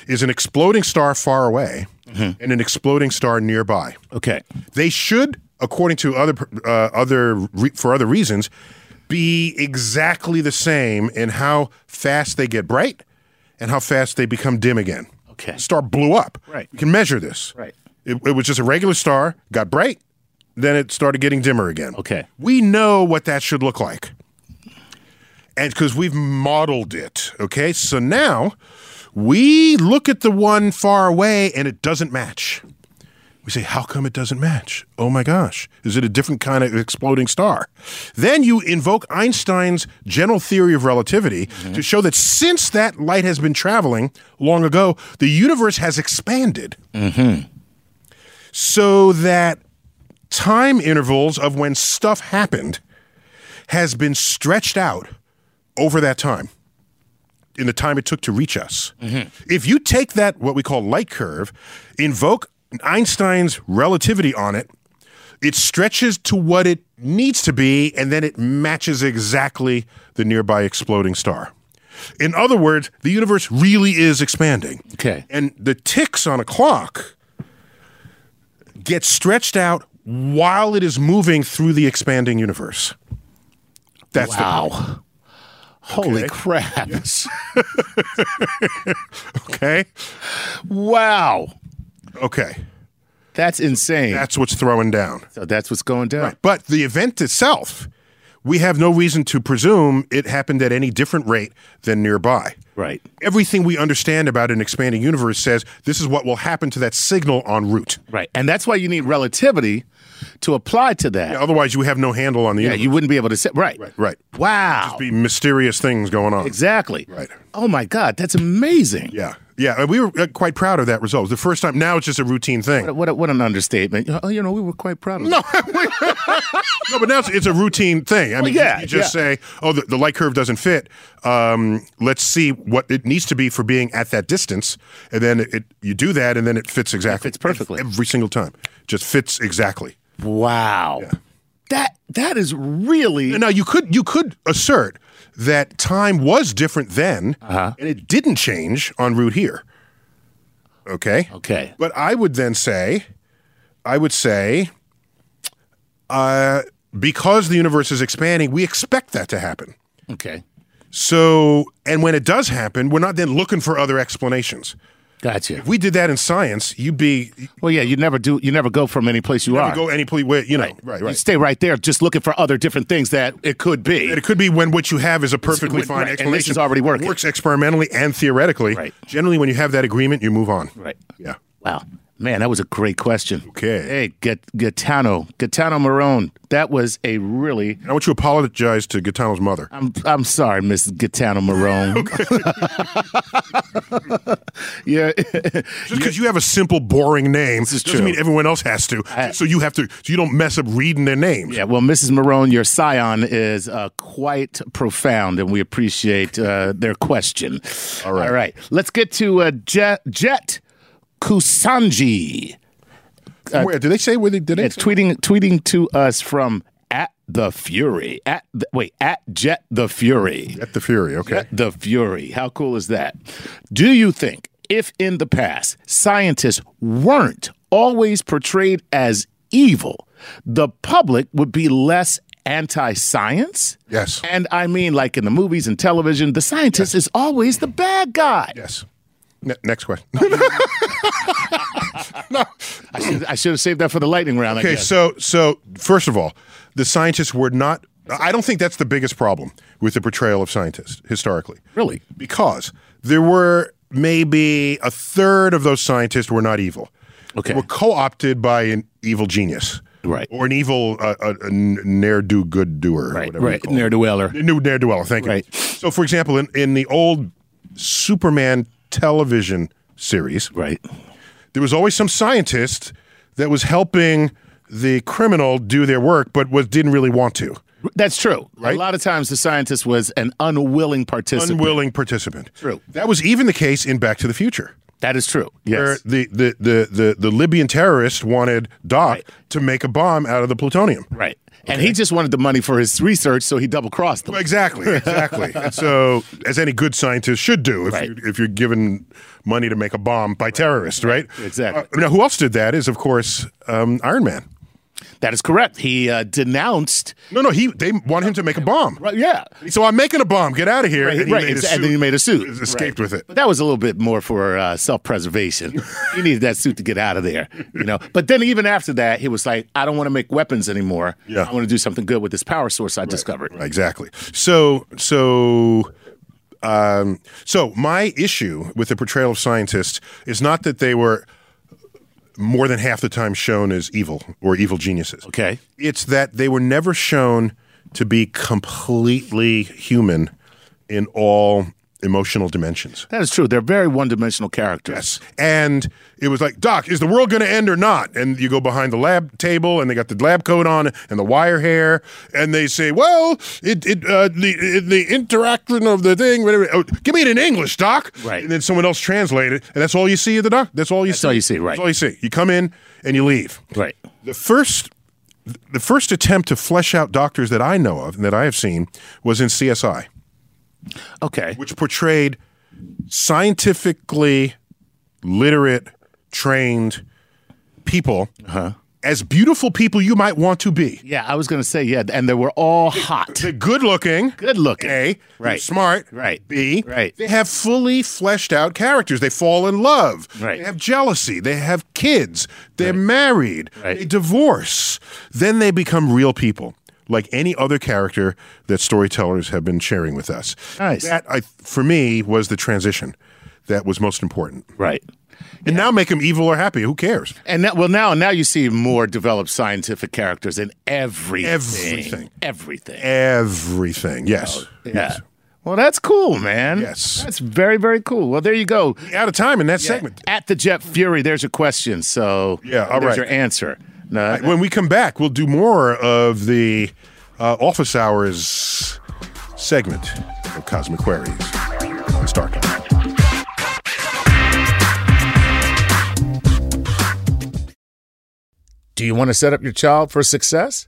Speaker 1: is an exploding star far away and an exploding star nearby.
Speaker 3: Okay.
Speaker 1: They should, according to other uh, other re- for other reasons, be exactly the same in how fast they get bright and how fast they become dim again.
Speaker 3: Okay.
Speaker 1: star blew up.
Speaker 3: Right.
Speaker 1: we can measure this.
Speaker 3: Right.
Speaker 1: it, it was just a regular star, got bright, then it started getting dimmer again.
Speaker 3: Okay.
Speaker 1: we know what that should look like, and because we've modeled it. Okay, so now we look at the one far away and it doesn't match. We say, how come it doesn't match? Oh my gosh, is it a different kind of exploding star? Then you invoke Einstein's general theory of relativity to show that since that light has been traveling long ago, the universe has expanded. So that time intervals of when stuff happened has been stretched out over that time in the time it took to reach us. If you take that, what we call light curve, invoke Einstein's relativity on it, it stretches to what it needs to be, and then it matches exactly the nearby exploding star. In other words, the universe really is expanding.
Speaker 3: Okay.
Speaker 1: And the ticks on a clock get stretched out while it is moving through the expanding universe. That's the
Speaker 3: Wow. Holy
Speaker 1: Okay.
Speaker 3: crap.
Speaker 1: okay.
Speaker 3: wow.
Speaker 1: Okay.
Speaker 3: That's insane.
Speaker 1: That's what's throwing down.
Speaker 3: so that's what's going down.
Speaker 1: But the event itself, we have no reason to presume it happened at any different rate than nearby.
Speaker 3: Right.
Speaker 1: Everything we understand about an expanding universe says this is what will happen to that signal en route.
Speaker 3: Right. And that's why you need relativity to apply to that. Yeah,
Speaker 1: Otherwise, you have no handle on the universe.
Speaker 3: you wouldn't be able to say right.
Speaker 1: Right, right.
Speaker 3: Wow.
Speaker 1: Be mysterious things going on.
Speaker 3: exactly.
Speaker 1: Right.
Speaker 3: Oh my God, that's amazing.
Speaker 1: Yeah, yeah. And we were uh, quite proud of that result. It was The first time. Now it's just a routine thing.
Speaker 3: What, a, what an understatement. Oh, you know, we were quite proud of no.
Speaker 1: No, but now it's, it's a routine thing. I mean, you-
Speaker 3: yeah,
Speaker 1: you just
Speaker 3: yeah.
Speaker 1: say, oh, the, the light curve doesn't fit. Um, let's see what it needs to be for being at that distance. And then it, you do that, and then it fits exactly.
Speaker 3: fits perfectly.
Speaker 1: Every single time. Just fits exactly.
Speaker 3: Wow. That that is really
Speaker 1: Now, you could, you could assert that time was different then,
Speaker 3: Uh-huh.
Speaker 1: and it didn't change en route here. Okay?
Speaker 3: Okay.
Speaker 1: But I would then say, I would say, uh, because the universe is expanding, we expect that to happen.
Speaker 3: Okay.
Speaker 1: So, and when it does happen, we're not then looking for other explanations.
Speaker 3: Gotcha.
Speaker 1: We did that in science. You'd be you
Speaker 3: Well, yeah, you never do you never go from any place you,
Speaker 1: never
Speaker 3: are.
Speaker 1: go any place where you know right, right.
Speaker 3: You stay right there just looking for other different things that it could be.
Speaker 1: And it could be when what you have is a perfectly
Speaker 3: Right,
Speaker 1: fine
Speaker 3: and this
Speaker 1: explanation.
Speaker 3: is already working.
Speaker 1: Works experimentally and theoretically.
Speaker 3: Right.
Speaker 1: Generally, when you have that agreement, you move on.
Speaker 3: Right.
Speaker 1: Yeah.
Speaker 3: Wow. Man, that was a great question.
Speaker 1: Okay.
Speaker 3: Hey, Gat- Gaetano, Gaetano Marone. That was a really.
Speaker 1: And I want you to apologize to Gaetano's mother.
Speaker 3: I'm I'm sorry, Miss Gaetano Marone. yeah,
Speaker 1: Just because you have a simple, boring name
Speaker 3: is
Speaker 1: doesn't
Speaker 3: true.
Speaker 1: mean everyone else has to. so you have to. So you don't mess up reading their names.
Speaker 3: yeah. Well, Mrs. Marone, your scion is uh, quite profound, and we appreciate uh, their question. All right, all right. Let's get to uh, Jet, Jet Kusanji.
Speaker 1: Where did they say where they did
Speaker 3: Uh, It's tweeting tweeting to us from at the Fury at the, wait at Jet the Fury.
Speaker 1: At the Fury. Okay.
Speaker 3: Jet the Fury. How cool is that? Do you think if in the past scientists weren't always portrayed as evil, the public would be less anti science?
Speaker 1: Yes.
Speaker 3: And I mean, like in the movies and television, the scientist is always the bad guy.
Speaker 1: Yes. Ne- next question.
Speaker 3: I should, I should have saved that for the lightning round. I
Speaker 1: Okay,
Speaker 3: guess.
Speaker 1: so so first of all, the scientists were not. I don't think that's the biggest problem with the portrayal of scientists historically.
Speaker 3: Really?
Speaker 1: because there were maybe a third of those scientists were not evil.
Speaker 3: Okay.
Speaker 1: They were co-opted by an evil genius,
Speaker 3: Right.
Speaker 1: or an evil uh, a, a ne'er do good doer,
Speaker 3: right,
Speaker 1: Whatever you
Speaker 3: right,
Speaker 1: call it.
Speaker 3: ne'er do weller.
Speaker 1: New ne'er do well. Thank you.
Speaker 3: Right.
Speaker 1: So, for example, in, in the old Superman television series,
Speaker 3: Right.
Speaker 1: there was always some scientist that was helping the criminal do their work, but was didn't really want to.
Speaker 3: That's true.
Speaker 1: Right?
Speaker 3: A lot of times the scientist was an unwilling participant.
Speaker 1: Unwilling participant.
Speaker 3: True.
Speaker 1: That was even the case in Back to the Future.
Speaker 3: that is true. Yes.
Speaker 1: Where the, the, the, the, the Libyan terrorist wanted Doc to make a bomb out of the plutonium.
Speaker 3: right. And he just wanted the money for his research, so he double crossed them.
Speaker 1: Exactly, exactly. and so, as any good scientist should do, if,
Speaker 3: Right.
Speaker 1: you're, if you're given money to make a bomb by terrorists, right?
Speaker 3: Exactly.
Speaker 1: Uh, now, who else did that? Is of course um, Iron Man.
Speaker 3: That is correct. He uh, denounced.
Speaker 1: No, no, he. They want him to make a bomb.
Speaker 3: Right, yeah.
Speaker 1: So I'm making a bomb. Get out of here.
Speaker 3: Right,
Speaker 1: and he
Speaker 3: right,
Speaker 1: made a
Speaker 3: exa- and then he made a suit.
Speaker 1: Escaped with it.
Speaker 3: But that was a little bit more for uh, self preservation. he needed that suit to get out of there, you know. But then even after that, he was like, "I don't want to make weapons anymore.
Speaker 1: Yeah.
Speaker 3: I want to do something good with this power source I discovered."
Speaker 1: Exactly. So so um, so my issue with the portrayal of scientists is not that they were more than half the time shown as evil or evil geniuses.
Speaker 3: Okay.
Speaker 1: It's that they were never shown to be completely human in all emotional dimensions.
Speaker 3: That is true. They're very one dimensional characters.
Speaker 1: And it was like, Doc, is the world going to end or not? And you go behind the lab table, and they got the lab coat on and the wire hair, and they say, "Well, it, it uh, the it, the interaction of the thing, whatever. Oh, give me it in English, Doc."
Speaker 3: Right.
Speaker 1: And then someone else translate it, and that's all you see of the doc. That's all you. That's see.
Speaker 3: all you see, right.
Speaker 1: That's all you see. You come in and you leave.
Speaker 3: Right.
Speaker 1: The first. The first attempt to flesh out doctors that I know of and that I have seen was in CSI
Speaker 3: Okay.
Speaker 1: which portrayed scientifically literate, trained people as beautiful people you might want to be.
Speaker 3: Yeah, I was going to say yeah, and they were all hot.
Speaker 1: They're good looking.
Speaker 3: Good llooking.
Speaker 1: A. They're
Speaker 3: Right.
Speaker 1: smart.
Speaker 3: Right.
Speaker 1: B.
Speaker 3: Right.
Speaker 1: They have fully fleshed out characters. They fall in love.
Speaker 3: Right.
Speaker 1: They have jealousy. They have kids. They're married.
Speaker 3: Right.
Speaker 1: They divorce. Then they become real people, like any other character that storytellers have been sharing with us.
Speaker 3: Nice.
Speaker 1: That, I, for me, was the transition that was most important.
Speaker 3: Right.
Speaker 1: And now make them evil or happy. Who cares?
Speaker 3: And now, well, now, now you see more developed scientific characters in everything.
Speaker 1: Everything.
Speaker 3: Everything.
Speaker 1: Everything. Yes.
Speaker 3: Oh, yeah. Well, that's cool, man.
Speaker 1: Yes.
Speaker 3: That's very, very cool. Well, there you go.
Speaker 1: Out of time in that segment.
Speaker 3: At the Jet Fury, there's your question. So
Speaker 1: Yeah, all
Speaker 3: there's
Speaker 1: right.
Speaker 3: your answer. No,
Speaker 1: All right, when we come back, we'll do more of the uh, office hours segment of Cosmic Queries on Star Talk.
Speaker 3: Do you want to set up your child for success?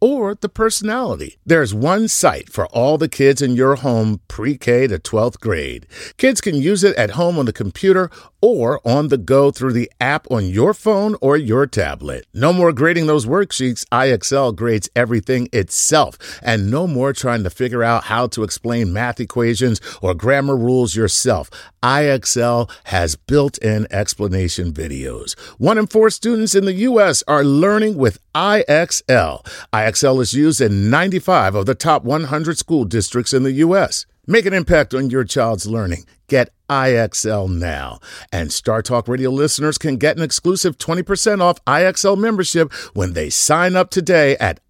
Speaker 3: or the personality. There's one site for all the kids in your home pre K to 12th grade. Kids can use it at home on the computer or on the go through the app on your phone or your tablet. No more grading those worksheets. IXL grades everything itself, and no more trying to figure out how to explain math equations or grammar rules yourself. IXL has built in explanation videos. One in four students in the U.S. are learning with IXL. IXL is used in 95 of the top 100 school districts in the U.S.
Speaker 4: Make an impact on your child's learning. Get IXL now. And Star Talk Radio listeners can get an exclusive 20% off IXL membership when they sign up today at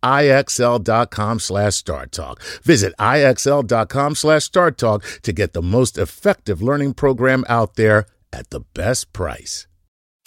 Speaker 4: IXL.com slash StarTalk. Visit IXL.com slash StarTalk to get the most effective learning program out there at the best price.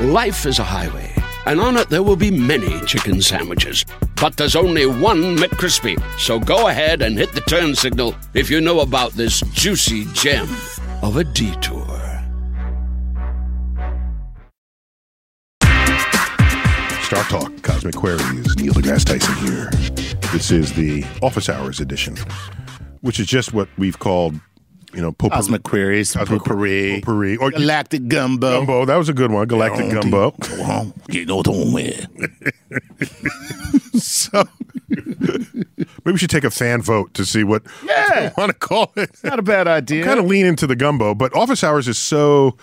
Speaker 6: Life is a highway, and on it there will be many chicken sandwiches. But there's only one McCrispy. So go ahead and hit the turn signal if you know about this juicy gem of a detour.
Speaker 1: Star Talk Cosmic Query is Neil deGrasse Tyson here. This is the office hours edition, which is just what we've called, you know, potpourri.
Speaker 3: Cosmic Queries,
Speaker 1: Cosmic
Speaker 3: Potpourri,
Speaker 1: potpourri, or
Speaker 3: Galactic Gumbo.
Speaker 1: gumbo. That was a good one, Galactic Gumbo.
Speaker 3: You know what I'm with.
Speaker 1: So maybe we should take a fan vote to see what
Speaker 3: Yeah.
Speaker 1: want to call it.
Speaker 3: Not a bad idea.
Speaker 1: Kind of lean into the gumbo, but office hours is so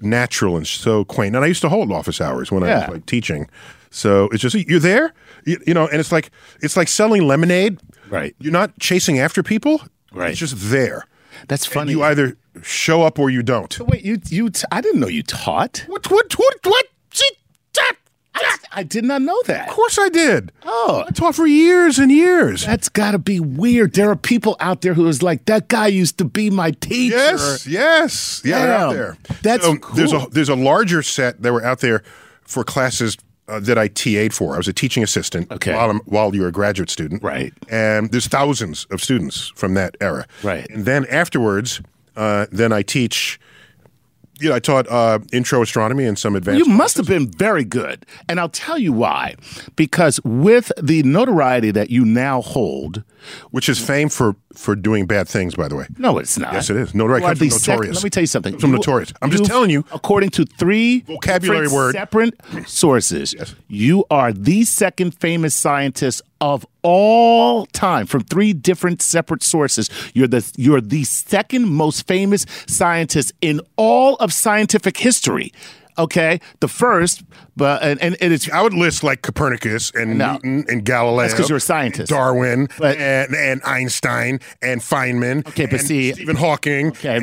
Speaker 1: natural and so quaint. And I used to hold office hours when I
Speaker 3: Yeah.
Speaker 1: was like teaching. So it's just you're there, you, you know, and it's like it's like selling lemonade.
Speaker 3: Right.
Speaker 1: You're not chasing after people.
Speaker 3: Right.
Speaker 1: It's just there.
Speaker 3: That's funny.
Speaker 1: You either show up or you don't.
Speaker 3: Wait, you you t- I didn't know you taught.
Speaker 1: What? What? What? What? Gee, that-
Speaker 3: I, I did not know that.
Speaker 1: Of course I did.
Speaker 3: Oh.
Speaker 1: I taught for years and years.
Speaker 3: That's got to be weird. There are people out there who is like, that guy used to be my teacher.
Speaker 1: Yes, yes, yeah, they're out
Speaker 3: Damn.
Speaker 1: there.
Speaker 3: That's
Speaker 1: There's a
Speaker 3: cool.
Speaker 1: there's a larger set that were out there for classes uh, that I TA'd for. I was a teaching assistant
Speaker 3: Okay.
Speaker 1: while I'm, while you're a graduate student,
Speaker 3: Right.
Speaker 1: And there's thousands of students from that era,
Speaker 3: Right.
Speaker 1: And then afterwards, uh, then I teach. You know, I taught uh, intro astronomy and some advanced.
Speaker 3: You must have been very good. And I'll tell you why. Because with the notoriety that you now hold,
Speaker 1: which is fame for for doing bad things, by the way.
Speaker 3: no, it's not.
Speaker 1: Yes, it is. Notoriety
Speaker 3: You are
Speaker 1: comes from
Speaker 3: the sec-
Speaker 1: notorious.
Speaker 3: let me tell you something.
Speaker 1: Comes from notorious. I'm just telling you.
Speaker 3: According to three
Speaker 1: Vocabulary
Speaker 3: different
Speaker 1: word.
Speaker 3: separate sources, you are the second famous scientist of all time from three different separate sources. You're the you're the second most famous scientist in all of scientific history. Okay, the first, but and, and it is
Speaker 1: I would list like Copernicus and
Speaker 3: No.
Speaker 1: Newton and Galileo.
Speaker 3: That's 'cause you're a scientist.
Speaker 1: Darwin
Speaker 3: But-
Speaker 1: and, and Einstein and Feynman.
Speaker 3: Okay, but
Speaker 1: and
Speaker 3: see-
Speaker 1: Stephen Hawking
Speaker 3: Okay.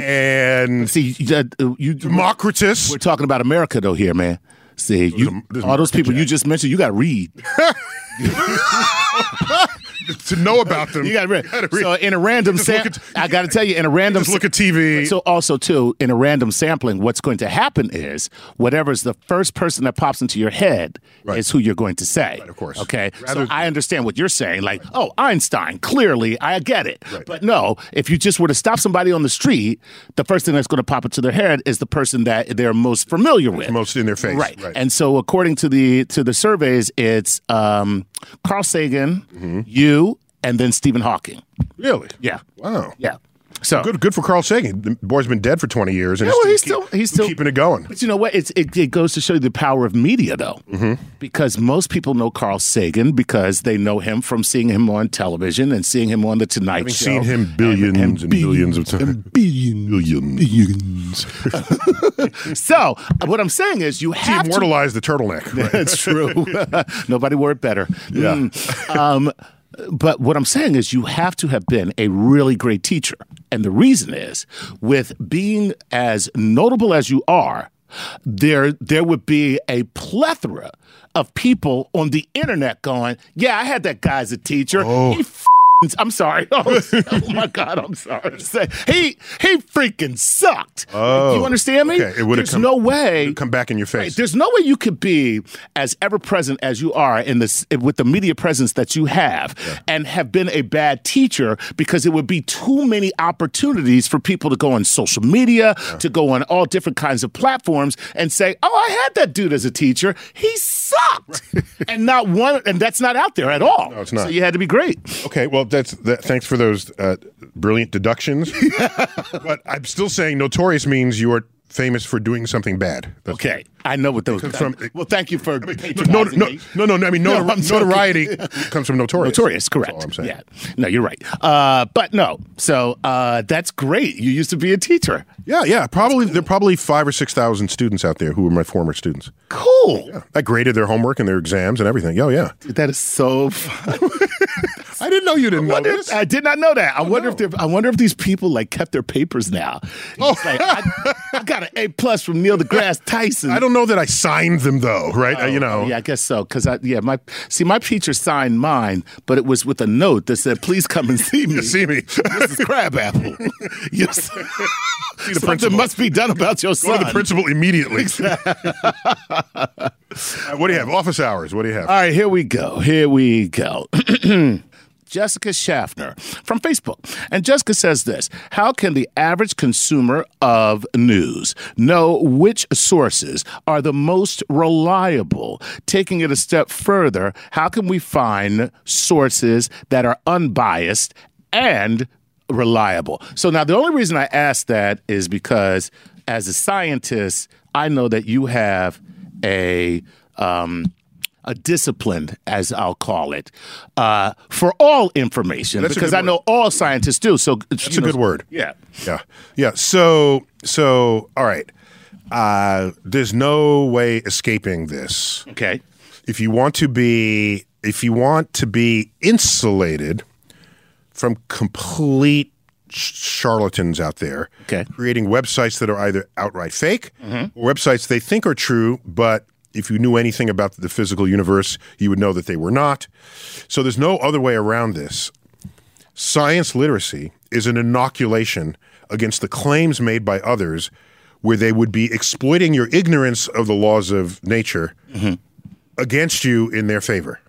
Speaker 1: and
Speaker 3: see you, uh, you
Speaker 1: Democritus.
Speaker 3: We're talking about America though here, man. See, you,
Speaker 1: There's a-
Speaker 3: all those people you just mentioned, you got to read.
Speaker 1: to know about them,
Speaker 3: You got to read.
Speaker 1: gotta read.
Speaker 3: So in a random
Speaker 1: Just look
Speaker 3: sam-
Speaker 1: at-
Speaker 3: I got to tell you, in a random
Speaker 1: Just look
Speaker 3: sa-
Speaker 1: at TV.
Speaker 3: So also too, in a random sampling, what's going to happen is whatever's the first person that pops into your head
Speaker 1: Right.
Speaker 3: is who you're going to say.
Speaker 1: of course.
Speaker 3: Okay.
Speaker 1: Rather-
Speaker 3: so I understand what you're saying. Like, oh, Einstein. Clearly, I get it. But no, if you just were to stop somebody on the street, the first thing that's going to pop into their head is the person that they're most familiar with.
Speaker 1: most in their face.
Speaker 3: Right. And so according to the to the surveys, it's um, Carl Sagan,
Speaker 1: Mm-hmm.
Speaker 3: you, and then Stephen Hawking.
Speaker 1: really,
Speaker 3: Yeah.
Speaker 1: wow,
Speaker 3: Yeah. So
Speaker 1: good, good for Carl Sagan. The boy's been dead for twenty years, and
Speaker 3: Yeah, well, he's
Speaker 1: he's still,
Speaker 3: still
Speaker 1: keep-
Speaker 3: he's still
Speaker 1: keeping it going.
Speaker 3: But you know what? It's, it it goes to show you the power of media, though,
Speaker 1: Mm-hmm.
Speaker 3: because most people know Carl Sagan because they know him from seeing him on television and seeing him on the Tonight
Speaker 1: Having
Speaker 3: Show.
Speaker 1: seen him billions and, billions of times, billions, billions.
Speaker 3: So what I'm saying is, you
Speaker 1: He
Speaker 3: have to
Speaker 1: immortalized the turtleneck. Right?
Speaker 3: That's true. Nobody wore it better. Yeah. Um, but what I'm saying is, you have to have been a really great teacher. And the reason is, with being as notable as you are, there there would be a plethora of people on the internet going, "Yeah, I had that guy as a teacher.
Speaker 1: Oh.
Speaker 3: He f- I'm sorry. Oh, my God, I'm sorry. Say, He he freaking sucked.
Speaker 1: Oh,
Speaker 3: you understand me?
Speaker 1: okay. It would've
Speaker 3: There's
Speaker 1: come-
Speaker 3: no way.
Speaker 1: come back in your
Speaker 3: Right.
Speaker 1: face.
Speaker 3: There's no way you could be as ever present as you are in this with the media presence that you have and have been a bad teacher because it would be too many opportunities for people to go on social media, to go on all different kinds of platforms and say, "Oh, I had that dude as a teacher. He sucked." and not one, and that's not out there at all. No,
Speaker 1: it's not.
Speaker 3: So you had to be great.
Speaker 1: Okay, well, that's that. Thanks for those uh, brilliant deductions. but I'm still saying notorious means you are famous for doing something bad. That's
Speaker 3: Okay, I know what those.
Speaker 1: from-
Speaker 3: well, thank you for patronizing
Speaker 1: No, no,
Speaker 3: me.
Speaker 1: no, no, no. I mean,
Speaker 3: No,
Speaker 1: notor-
Speaker 3: I'm joking.
Speaker 1: notoriety comes from notorious.
Speaker 3: Notorious,
Speaker 1: That's
Speaker 3: correct.
Speaker 1: all I'm saying.
Speaker 3: Yeah. No, you're right. Uh, but no, so uh, that's great. You used to be a teacher.
Speaker 1: yeah, yeah. Probably there are probably five or six thousand students out there who were my former students.
Speaker 3: Cool.
Speaker 1: I graded their homework and their exams and everything. Oh yeah,
Speaker 3: Dude, that is so fun.
Speaker 1: I didn't know you didn't know
Speaker 3: wonder-
Speaker 1: this. Oh,
Speaker 3: I did not know that. I wonder if they're, I wonder if these people like kept their papers now. Oh. Like, I, I got an A plus from Neil deGrasse Tyson.
Speaker 1: I don't know that I signed them though, right? Uh, you know,
Speaker 3: Oh, Yeah, I guess so. Cause I yeah my see my teacher signed mine, but it was with a note that said, "Please come and see me."
Speaker 1: see me.
Speaker 3: This is crabapple. yes. Something
Speaker 1: principal.
Speaker 3: must be done about your
Speaker 1: Go
Speaker 3: son.
Speaker 1: to the principal immediately. Uh, what do you have? Office hours. What do you
Speaker 3: All
Speaker 1: have?
Speaker 3: right, here we go. Here we go. Jessica Schaffner from Facebook. And Jessica says this How can the average consumer of news know which sources are the most reliable? Taking it a step further, how can we find sources that are unbiased and reliable? So, now the only reason I ask that is because as a scientist, I know that you have a. Um, a discipline, as I'll call it, uh, for all information
Speaker 1: That's a
Speaker 3: because
Speaker 1: good
Speaker 3: I know all scientists do. So that's
Speaker 1: It's a good word.
Speaker 3: Yeah.
Speaker 1: Yeah. Yeah. So, so, all right. Uh, there's no way escaping this.
Speaker 3: Okay.
Speaker 1: If you want to be, if you want to be insulated from complete sh- charlatans out there,
Speaker 3: Okay.
Speaker 1: creating websites that are either outright fake or websites they think are true, but if you knew anything about the physical universe, you would know that they were not. So there's no other way around this. Science literacy is an inoculation against the claims made by others where they would be exploiting your ignorance of the laws of nature against you in their favor.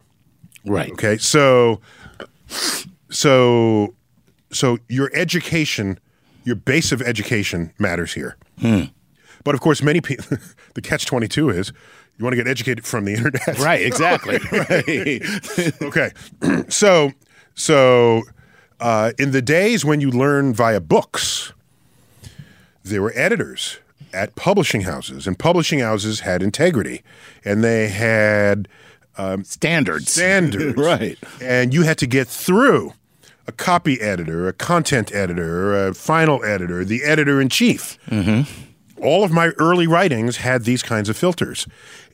Speaker 3: Right.
Speaker 1: Okay, so, so, so your education, your base of education matters here.
Speaker 3: Hmm.
Speaker 1: But of course, many people. the catch twenty two is you want to get educated from the internet,
Speaker 3: Right. Exactly. right.
Speaker 1: okay, so, so, uh, in the days when you learn via books, there were editors at publishing houses, and publishing houses had integrity, and they had
Speaker 3: Standards.
Speaker 1: standards.
Speaker 3: Right.
Speaker 1: And you had to get through a copy editor, a content editor, a final editor, the editor in chief.
Speaker 3: Mm-hmm.
Speaker 1: All of my early writings had these kinds of filters.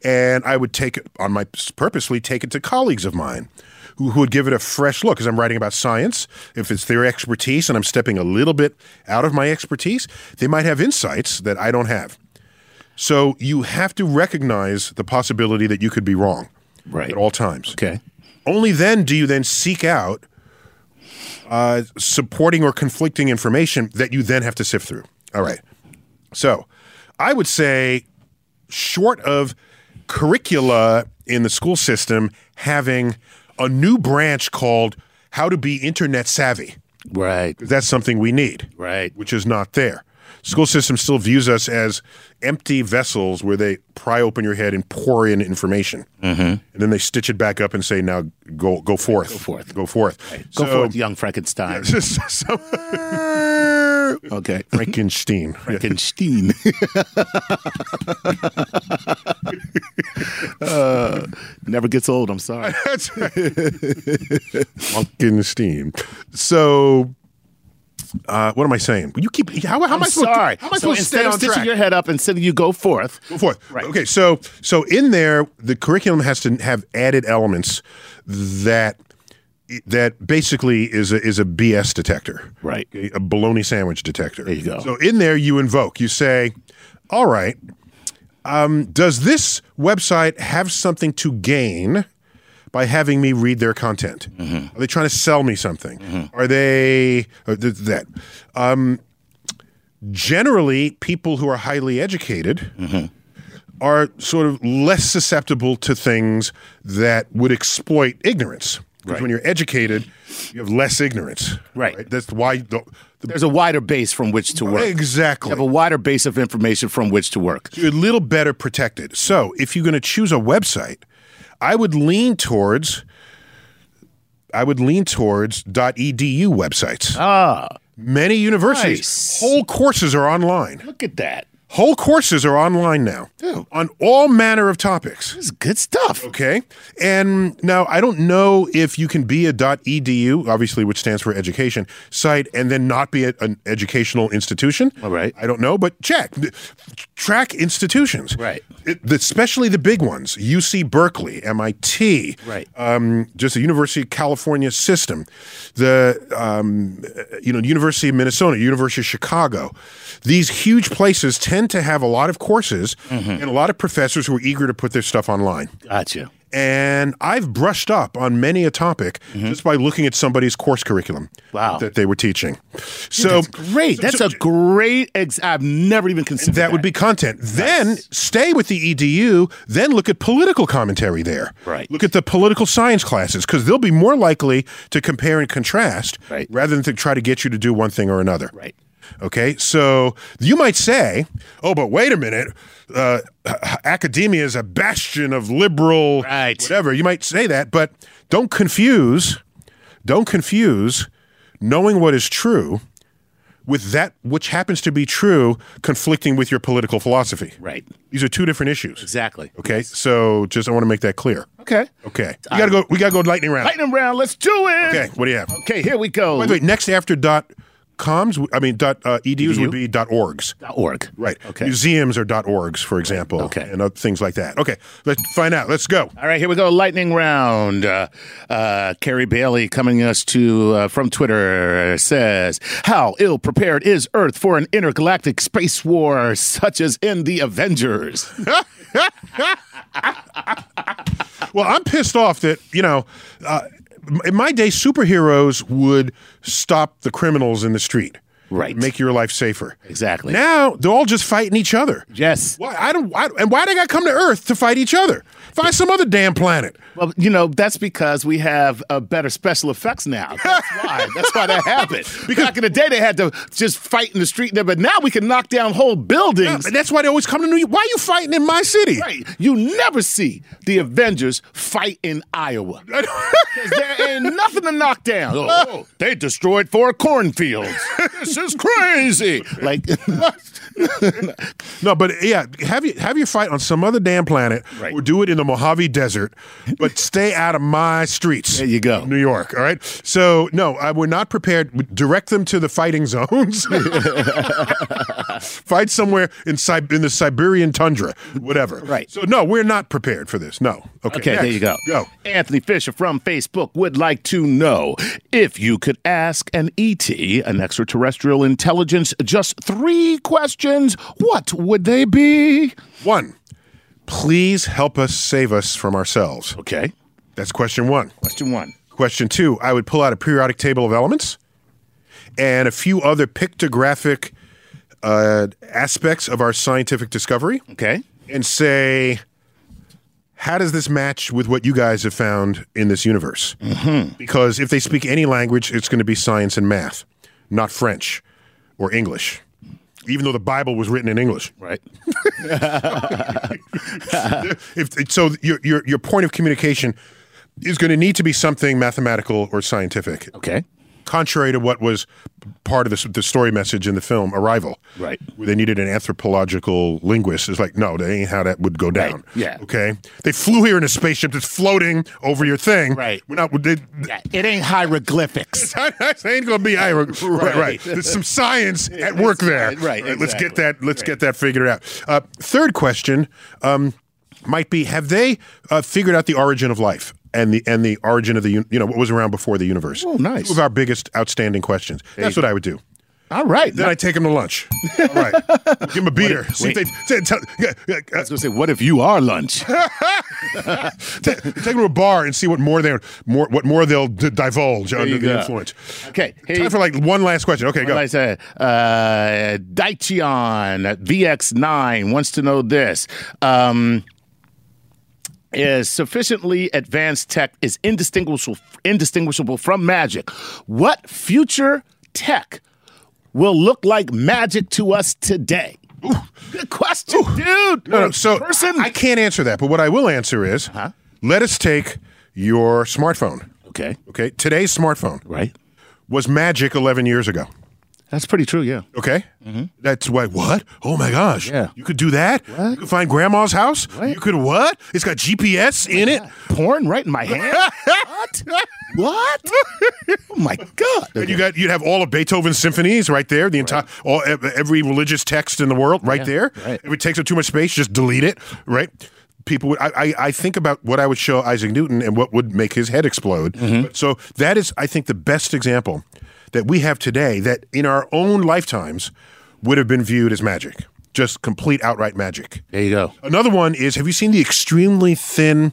Speaker 1: And I would take it on my purposely take it to colleagues of mine who, who would give it a fresh look because I'm writing about science. If it's their expertise and I'm stepping a little bit out of my expertise, they might have insights that I don't have. So you have to recognize the possibility that you could be wrong
Speaker 3: Right.
Speaker 1: at all times.
Speaker 3: Okay.
Speaker 1: Only then do you then seek out uh, supporting or conflicting information that you then have to sift through. All right. So I would say, short of curricula in the school system having a new branch called How to Be Internet Savvy,
Speaker 3: Right.
Speaker 1: that's something we need
Speaker 3: Right.
Speaker 1: which is not there. School system still views us as empty vessels where they pry open your head and pour in information, mm-hmm. and then they stitch it back up and say, "Now go, go forth, go
Speaker 3: forth.
Speaker 1: go forth."
Speaker 3: Go
Speaker 1: So-
Speaker 3: forth, young Frankenstein.
Speaker 1: so-
Speaker 3: Okay.
Speaker 1: Frankenstein. Yeah.
Speaker 3: Frankenstein. Uh, never gets old. I'm sorry.
Speaker 1: That's right. Frankenstein. So, uh, what am I saying? You keep. How, how am I
Speaker 3: I'm
Speaker 1: supposed?
Speaker 3: sorry.
Speaker 1: To, how am I
Speaker 3: So
Speaker 1: supposed to
Speaker 3: instead
Speaker 1: stay
Speaker 3: of
Speaker 1: on
Speaker 3: stitching
Speaker 1: track?
Speaker 3: your head up and sending you go forth.
Speaker 1: Go forth. Okay, so so in there, the curriculum has to have added elements that that basically is a, is a BS detector,
Speaker 3: Right.
Speaker 1: A, a bologna sandwich detector. There
Speaker 3: you go.
Speaker 1: So in there, you invoke. You say, "All right, um, does this website have something to gain?" By having me read their content,
Speaker 3: Mm-hmm.
Speaker 1: are they trying to sell me something? Are they uh, th- that? Um, generally people who are highly educated
Speaker 3: Mm-hmm.
Speaker 1: are sort of less susceptible to things that would exploit ignorance. Because when you're educated, you have less ignorance.
Speaker 3: Right.
Speaker 1: That's why the, the
Speaker 3: There's a wider base from which to work.
Speaker 1: exactly
Speaker 3: have a wider base of information from which to work.
Speaker 1: you're a little better protected. So if you're going to choose a website, I would lean towards I would lean towards .edu websites. Ah. Many universities
Speaker 3: Nice.
Speaker 1: whole courses are online.
Speaker 3: Look at that.
Speaker 1: Whole courses are online now on all manner of topics.
Speaker 3: This is good stuff.
Speaker 1: Okay. And now I don't know if you can be a .edu, obviously which stands for education, site and then not be a, an educational institution.
Speaker 3: All right.
Speaker 1: I don't know, but check. Track institutions.
Speaker 3: Right.
Speaker 1: It- the- especially the big ones, UC Berkeley, MIT.
Speaker 3: Right.
Speaker 1: Um, just the University of California system, the um, uh, you know University of Minnesota, University of Chicago. These huge places tend to have a lot of courses
Speaker 3: Mm-hmm.
Speaker 1: and a lot of professors who are eager to put their stuff online
Speaker 3: Gotcha.
Speaker 1: and I've brushed up on many a topic just by looking at somebody's course curriculum
Speaker 3: Mm-hmm. Wow.
Speaker 1: that they were teaching. So
Speaker 3: Great.
Speaker 1: so-
Speaker 3: That's
Speaker 1: so
Speaker 3: a great ex- I've never even considered
Speaker 1: that would be content. Then stay with the EDU. Then look at political commentary there.
Speaker 3: Right.
Speaker 1: Look at the political science classes because they'll be more likely to compare and contrast
Speaker 3: Right.
Speaker 1: rather than to try to get you to do one thing or another.
Speaker 3: Right.
Speaker 1: Okay, so you might say, "Oh, but wait a minute! Uh, academia is a bastion of liberal,
Speaker 3: Right.
Speaker 1: whatever." You might say that, but don't confuse, don't confuse, knowing what is true with that which happens to be true conflicting with your political philosophy.
Speaker 3: Right.
Speaker 1: These are two different issues.
Speaker 3: Exactly.
Speaker 1: Okay, so just I want to make that clear.
Speaker 3: Okay.
Speaker 1: Okay, we gotta go. We gotta go lightning round.
Speaker 3: Lightning round. Let's do it.
Speaker 1: Okay, what do you have?
Speaker 3: Okay, here Oh, we E go.
Speaker 1: By the way, next after dot coms, I mean dot uh, edus would be dot orgs.
Speaker 3: Org.
Speaker 1: Right.
Speaker 3: Okay.
Speaker 1: Museums are .orgs, for example.
Speaker 3: Okay.
Speaker 1: And other things like that. Okay. Let's find out. Let's go.
Speaker 3: All right, here we go. Lightning round. Uh, uh, Carrie Bailey coming us to uh, from Twitter says, "How ill prepared is Earth for an intergalactic space war such as in the Avengers?"
Speaker 1: Well, I'm pissed off that you know, uh, in my day, superheroes would stop the criminals in the street.
Speaker 3: Right.
Speaker 1: Make your life safer.
Speaker 3: Exactly.
Speaker 1: Now they're all just fighting each other.
Speaker 3: yes.
Speaker 1: Why? I don't. I, and why they got to come to Earth to fight each other? Find some other damn planet.
Speaker 3: Well, you know that's because we have uh, better special effects now. That's why. that's why that happened. Because back in the day they had to just fight in the street there, but now we can knock down whole buildings.
Speaker 1: And that's why they always come to New York. Why are you fighting in my city?
Speaker 3: Right. You never see the Avengers fight in Iowa. 'Cause there ain't nothing to knock down. Oh, oh, they destroyed four cornfields. this is crazy. Like,
Speaker 1: No, but yeah, have you have your fight on some other damn planet,
Speaker 3: Right.
Speaker 1: or do it in the Mojave Desert, but stay out of my streets.
Speaker 3: There you go.
Speaker 1: New York. All right. So no, I, we're not prepared. We Direct them to the fighting zones. Fight somewhere in Si- in the Siberian tundra, whatever.
Speaker 3: Right.
Speaker 1: So no, we're not prepared for this. No. Okay.
Speaker 3: okay, there
Speaker 1: next.
Speaker 3: you go.
Speaker 1: Go.
Speaker 3: Anthony Fisher from Facebook would like to know if you could ask an ET, an extraterrestrial intelligence, just three questions, what would they be?
Speaker 1: One. Please help us save us from ourselves.
Speaker 3: Okay,
Speaker 1: That's question one.
Speaker 3: question one.
Speaker 1: Question two, I would pull out a periodic table of elements and a few other pictographic uh, aspects of our scientific discovery
Speaker 3: Okay.
Speaker 1: and say, how does this match with what you guys have found in this universe? Because if they speak any language, it's going to be science and math, not French or English, even though the Bible was written in English.
Speaker 3: Right.
Speaker 1: If, so your, your, your point of communication is going to need to be something mathematical or scientific.
Speaker 3: Okay.
Speaker 1: contrary to what was part of the, the story message in the film Arrival.
Speaker 3: Right.
Speaker 1: Where they needed an anthropological linguist. It's like, no, that ain't how that would go down.
Speaker 3: Yeah.
Speaker 1: Okay. They flew here in a spaceship that's floating over your thing.
Speaker 3: Right.
Speaker 1: We're not, they,
Speaker 3: Yeah, it ain't hieroglyphics.
Speaker 1: that ain't going to be Ira. Right. right, There's some science at work there.
Speaker 3: right, right,
Speaker 1: Let's get
Speaker 3: exactly.
Speaker 1: that. Let's get that figured out. Uh, third question um, might be: Have they uh, figured out the origin of life and the and the origin of the un- you know what was around before the universe?
Speaker 3: Oh, nice.
Speaker 1: Two of our biggest outstanding questions. That's what I would do.
Speaker 3: All right.
Speaker 1: Then I take them to lunch. All right. Give them a beer. See if
Speaker 3: wait.
Speaker 1: they, t- t- yeah, yeah, uh,
Speaker 3: was gonna say, what if you are lunch?
Speaker 1: t- take them to a bar and see what more they more what more they'll d- divulge under
Speaker 3: you
Speaker 1: the
Speaker 3: go.
Speaker 1: influence.
Speaker 3: Okay, here
Speaker 1: Time
Speaker 3: you-
Speaker 1: for like one last question. Okay, go.
Speaker 3: Like I said, uh, Daichion VX9 wants to know this. Um, is sufficiently advanced tech is indistinguishable indistinguishable from magic. What future tech will look like magic to us today? Good question, dude.
Speaker 1: No, no, so
Speaker 3: person, Uh-huh.
Speaker 1: I can't answer that, but what I will answer is Let us take your smartphone.
Speaker 3: Okay.
Speaker 1: Okay. Today's smartphone
Speaker 3: Right.
Speaker 1: was magic 11 years ago.
Speaker 3: That's pretty true. Yeah.
Speaker 1: Okay. That's why, what? Oh my gosh.
Speaker 3: Mm-hmm. Yeah.
Speaker 1: You could do that? You could find grandma's house? You could what? It's got GPS in it.
Speaker 3: Porn right in my hand. what? What? oh my god.
Speaker 1: And you got you'd have all of Beethoven's symphonies right there, the entire all ev- every religious text in the world right there.
Speaker 3: right.
Speaker 1: If it takes up too much space, just delete it. Right? People would. I, I I think about what I would show Isaac Newton and what would make his head explode. So that is, I think, the best example that we have today that in our own lifetimes would have been viewed as magic, just complete outright magic.
Speaker 3: There you go.
Speaker 1: Another one is: Have you seen the extremely thin,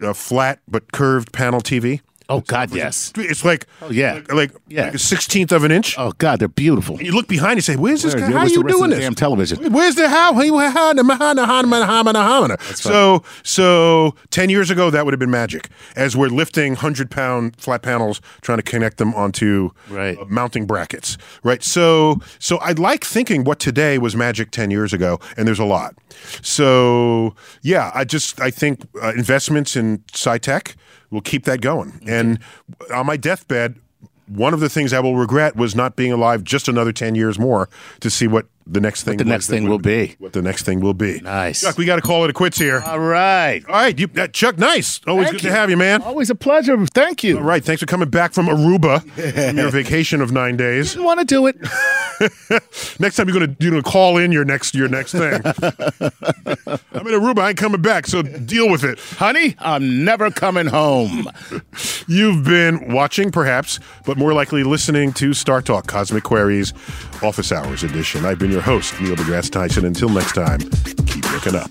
Speaker 1: uh, flat but curved panel TV?
Speaker 3: Oh god, yes.
Speaker 1: It's like
Speaker 3: Oh, yeah.
Speaker 1: like, like,
Speaker 3: Yeah.
Speaker 1: like a sixteenth of an inch.
Speaker 3: Oh god, they're beautiful.
Speaker 1: And you look behind and say, "Where's this
Speaker 3: Where-
Speaker 1: guy? How are
Speaker 3: where's the
Speaker 1: you
Speaker 3: rest of
Speaker 1: doing
Speaker 3: the
Speaker 1: this?
Speaker 3: damn television?"
Speaker 1: Where's the how? Hey, where- how- nah, nah, nah, nah, nah, nah, nah, nah. So so ten years ago, that would have been magic. As we're lifting hundred pound flat panels, trying to connect them onto
Speaker 3: Right.
Speaker 1: uh, mounting brackets. Right. So so I like thinking what today was magic ten years ago, and there's a lot. So yeah, I just I think uh, investments in sci-tech will keep that going. And on my deathbed, one of the things I will regret was not being alive just another ten years more to see what the next thing
Speaker 3: the
Speaker 1: was
Speaker 3: next
Speaker 1: that
Speaker 3: thing
Speaker 1: would-
Speaker 3: will be.
Speaker 1: What the next thing will be.
Speaker 3: Nice.
Speaker 1: Chuck, we got to call it a quits here.
Speaker 3: All right.
Speaker 1: All right, you, uh, Chuck. Nice. Always
Speaker 3: Thank
Speaker 1: good
Speaker 3: you.
Speaker 1: to have you, man.
Speaker 3: Always a pleasure. Thank you.
Speaker 1: All right, thanks for coming back from Aruba, from your vacation of nine days.
Speaker 3: Didn't want to do it.
Speaker 1: Next time you're gonna you're gonna call in your next your next thing. I'm in Aruba. I ain't coming back, so deal with it.
Speaker 3: Honey, I'm never coming home.
Speaker 1: You've been watching, perhaps, but more likely listening to Star Talk Cosmic Queries Office Hours Edition. I've been your host, Neil deGrasse Tyson. Until next time, keep looking up.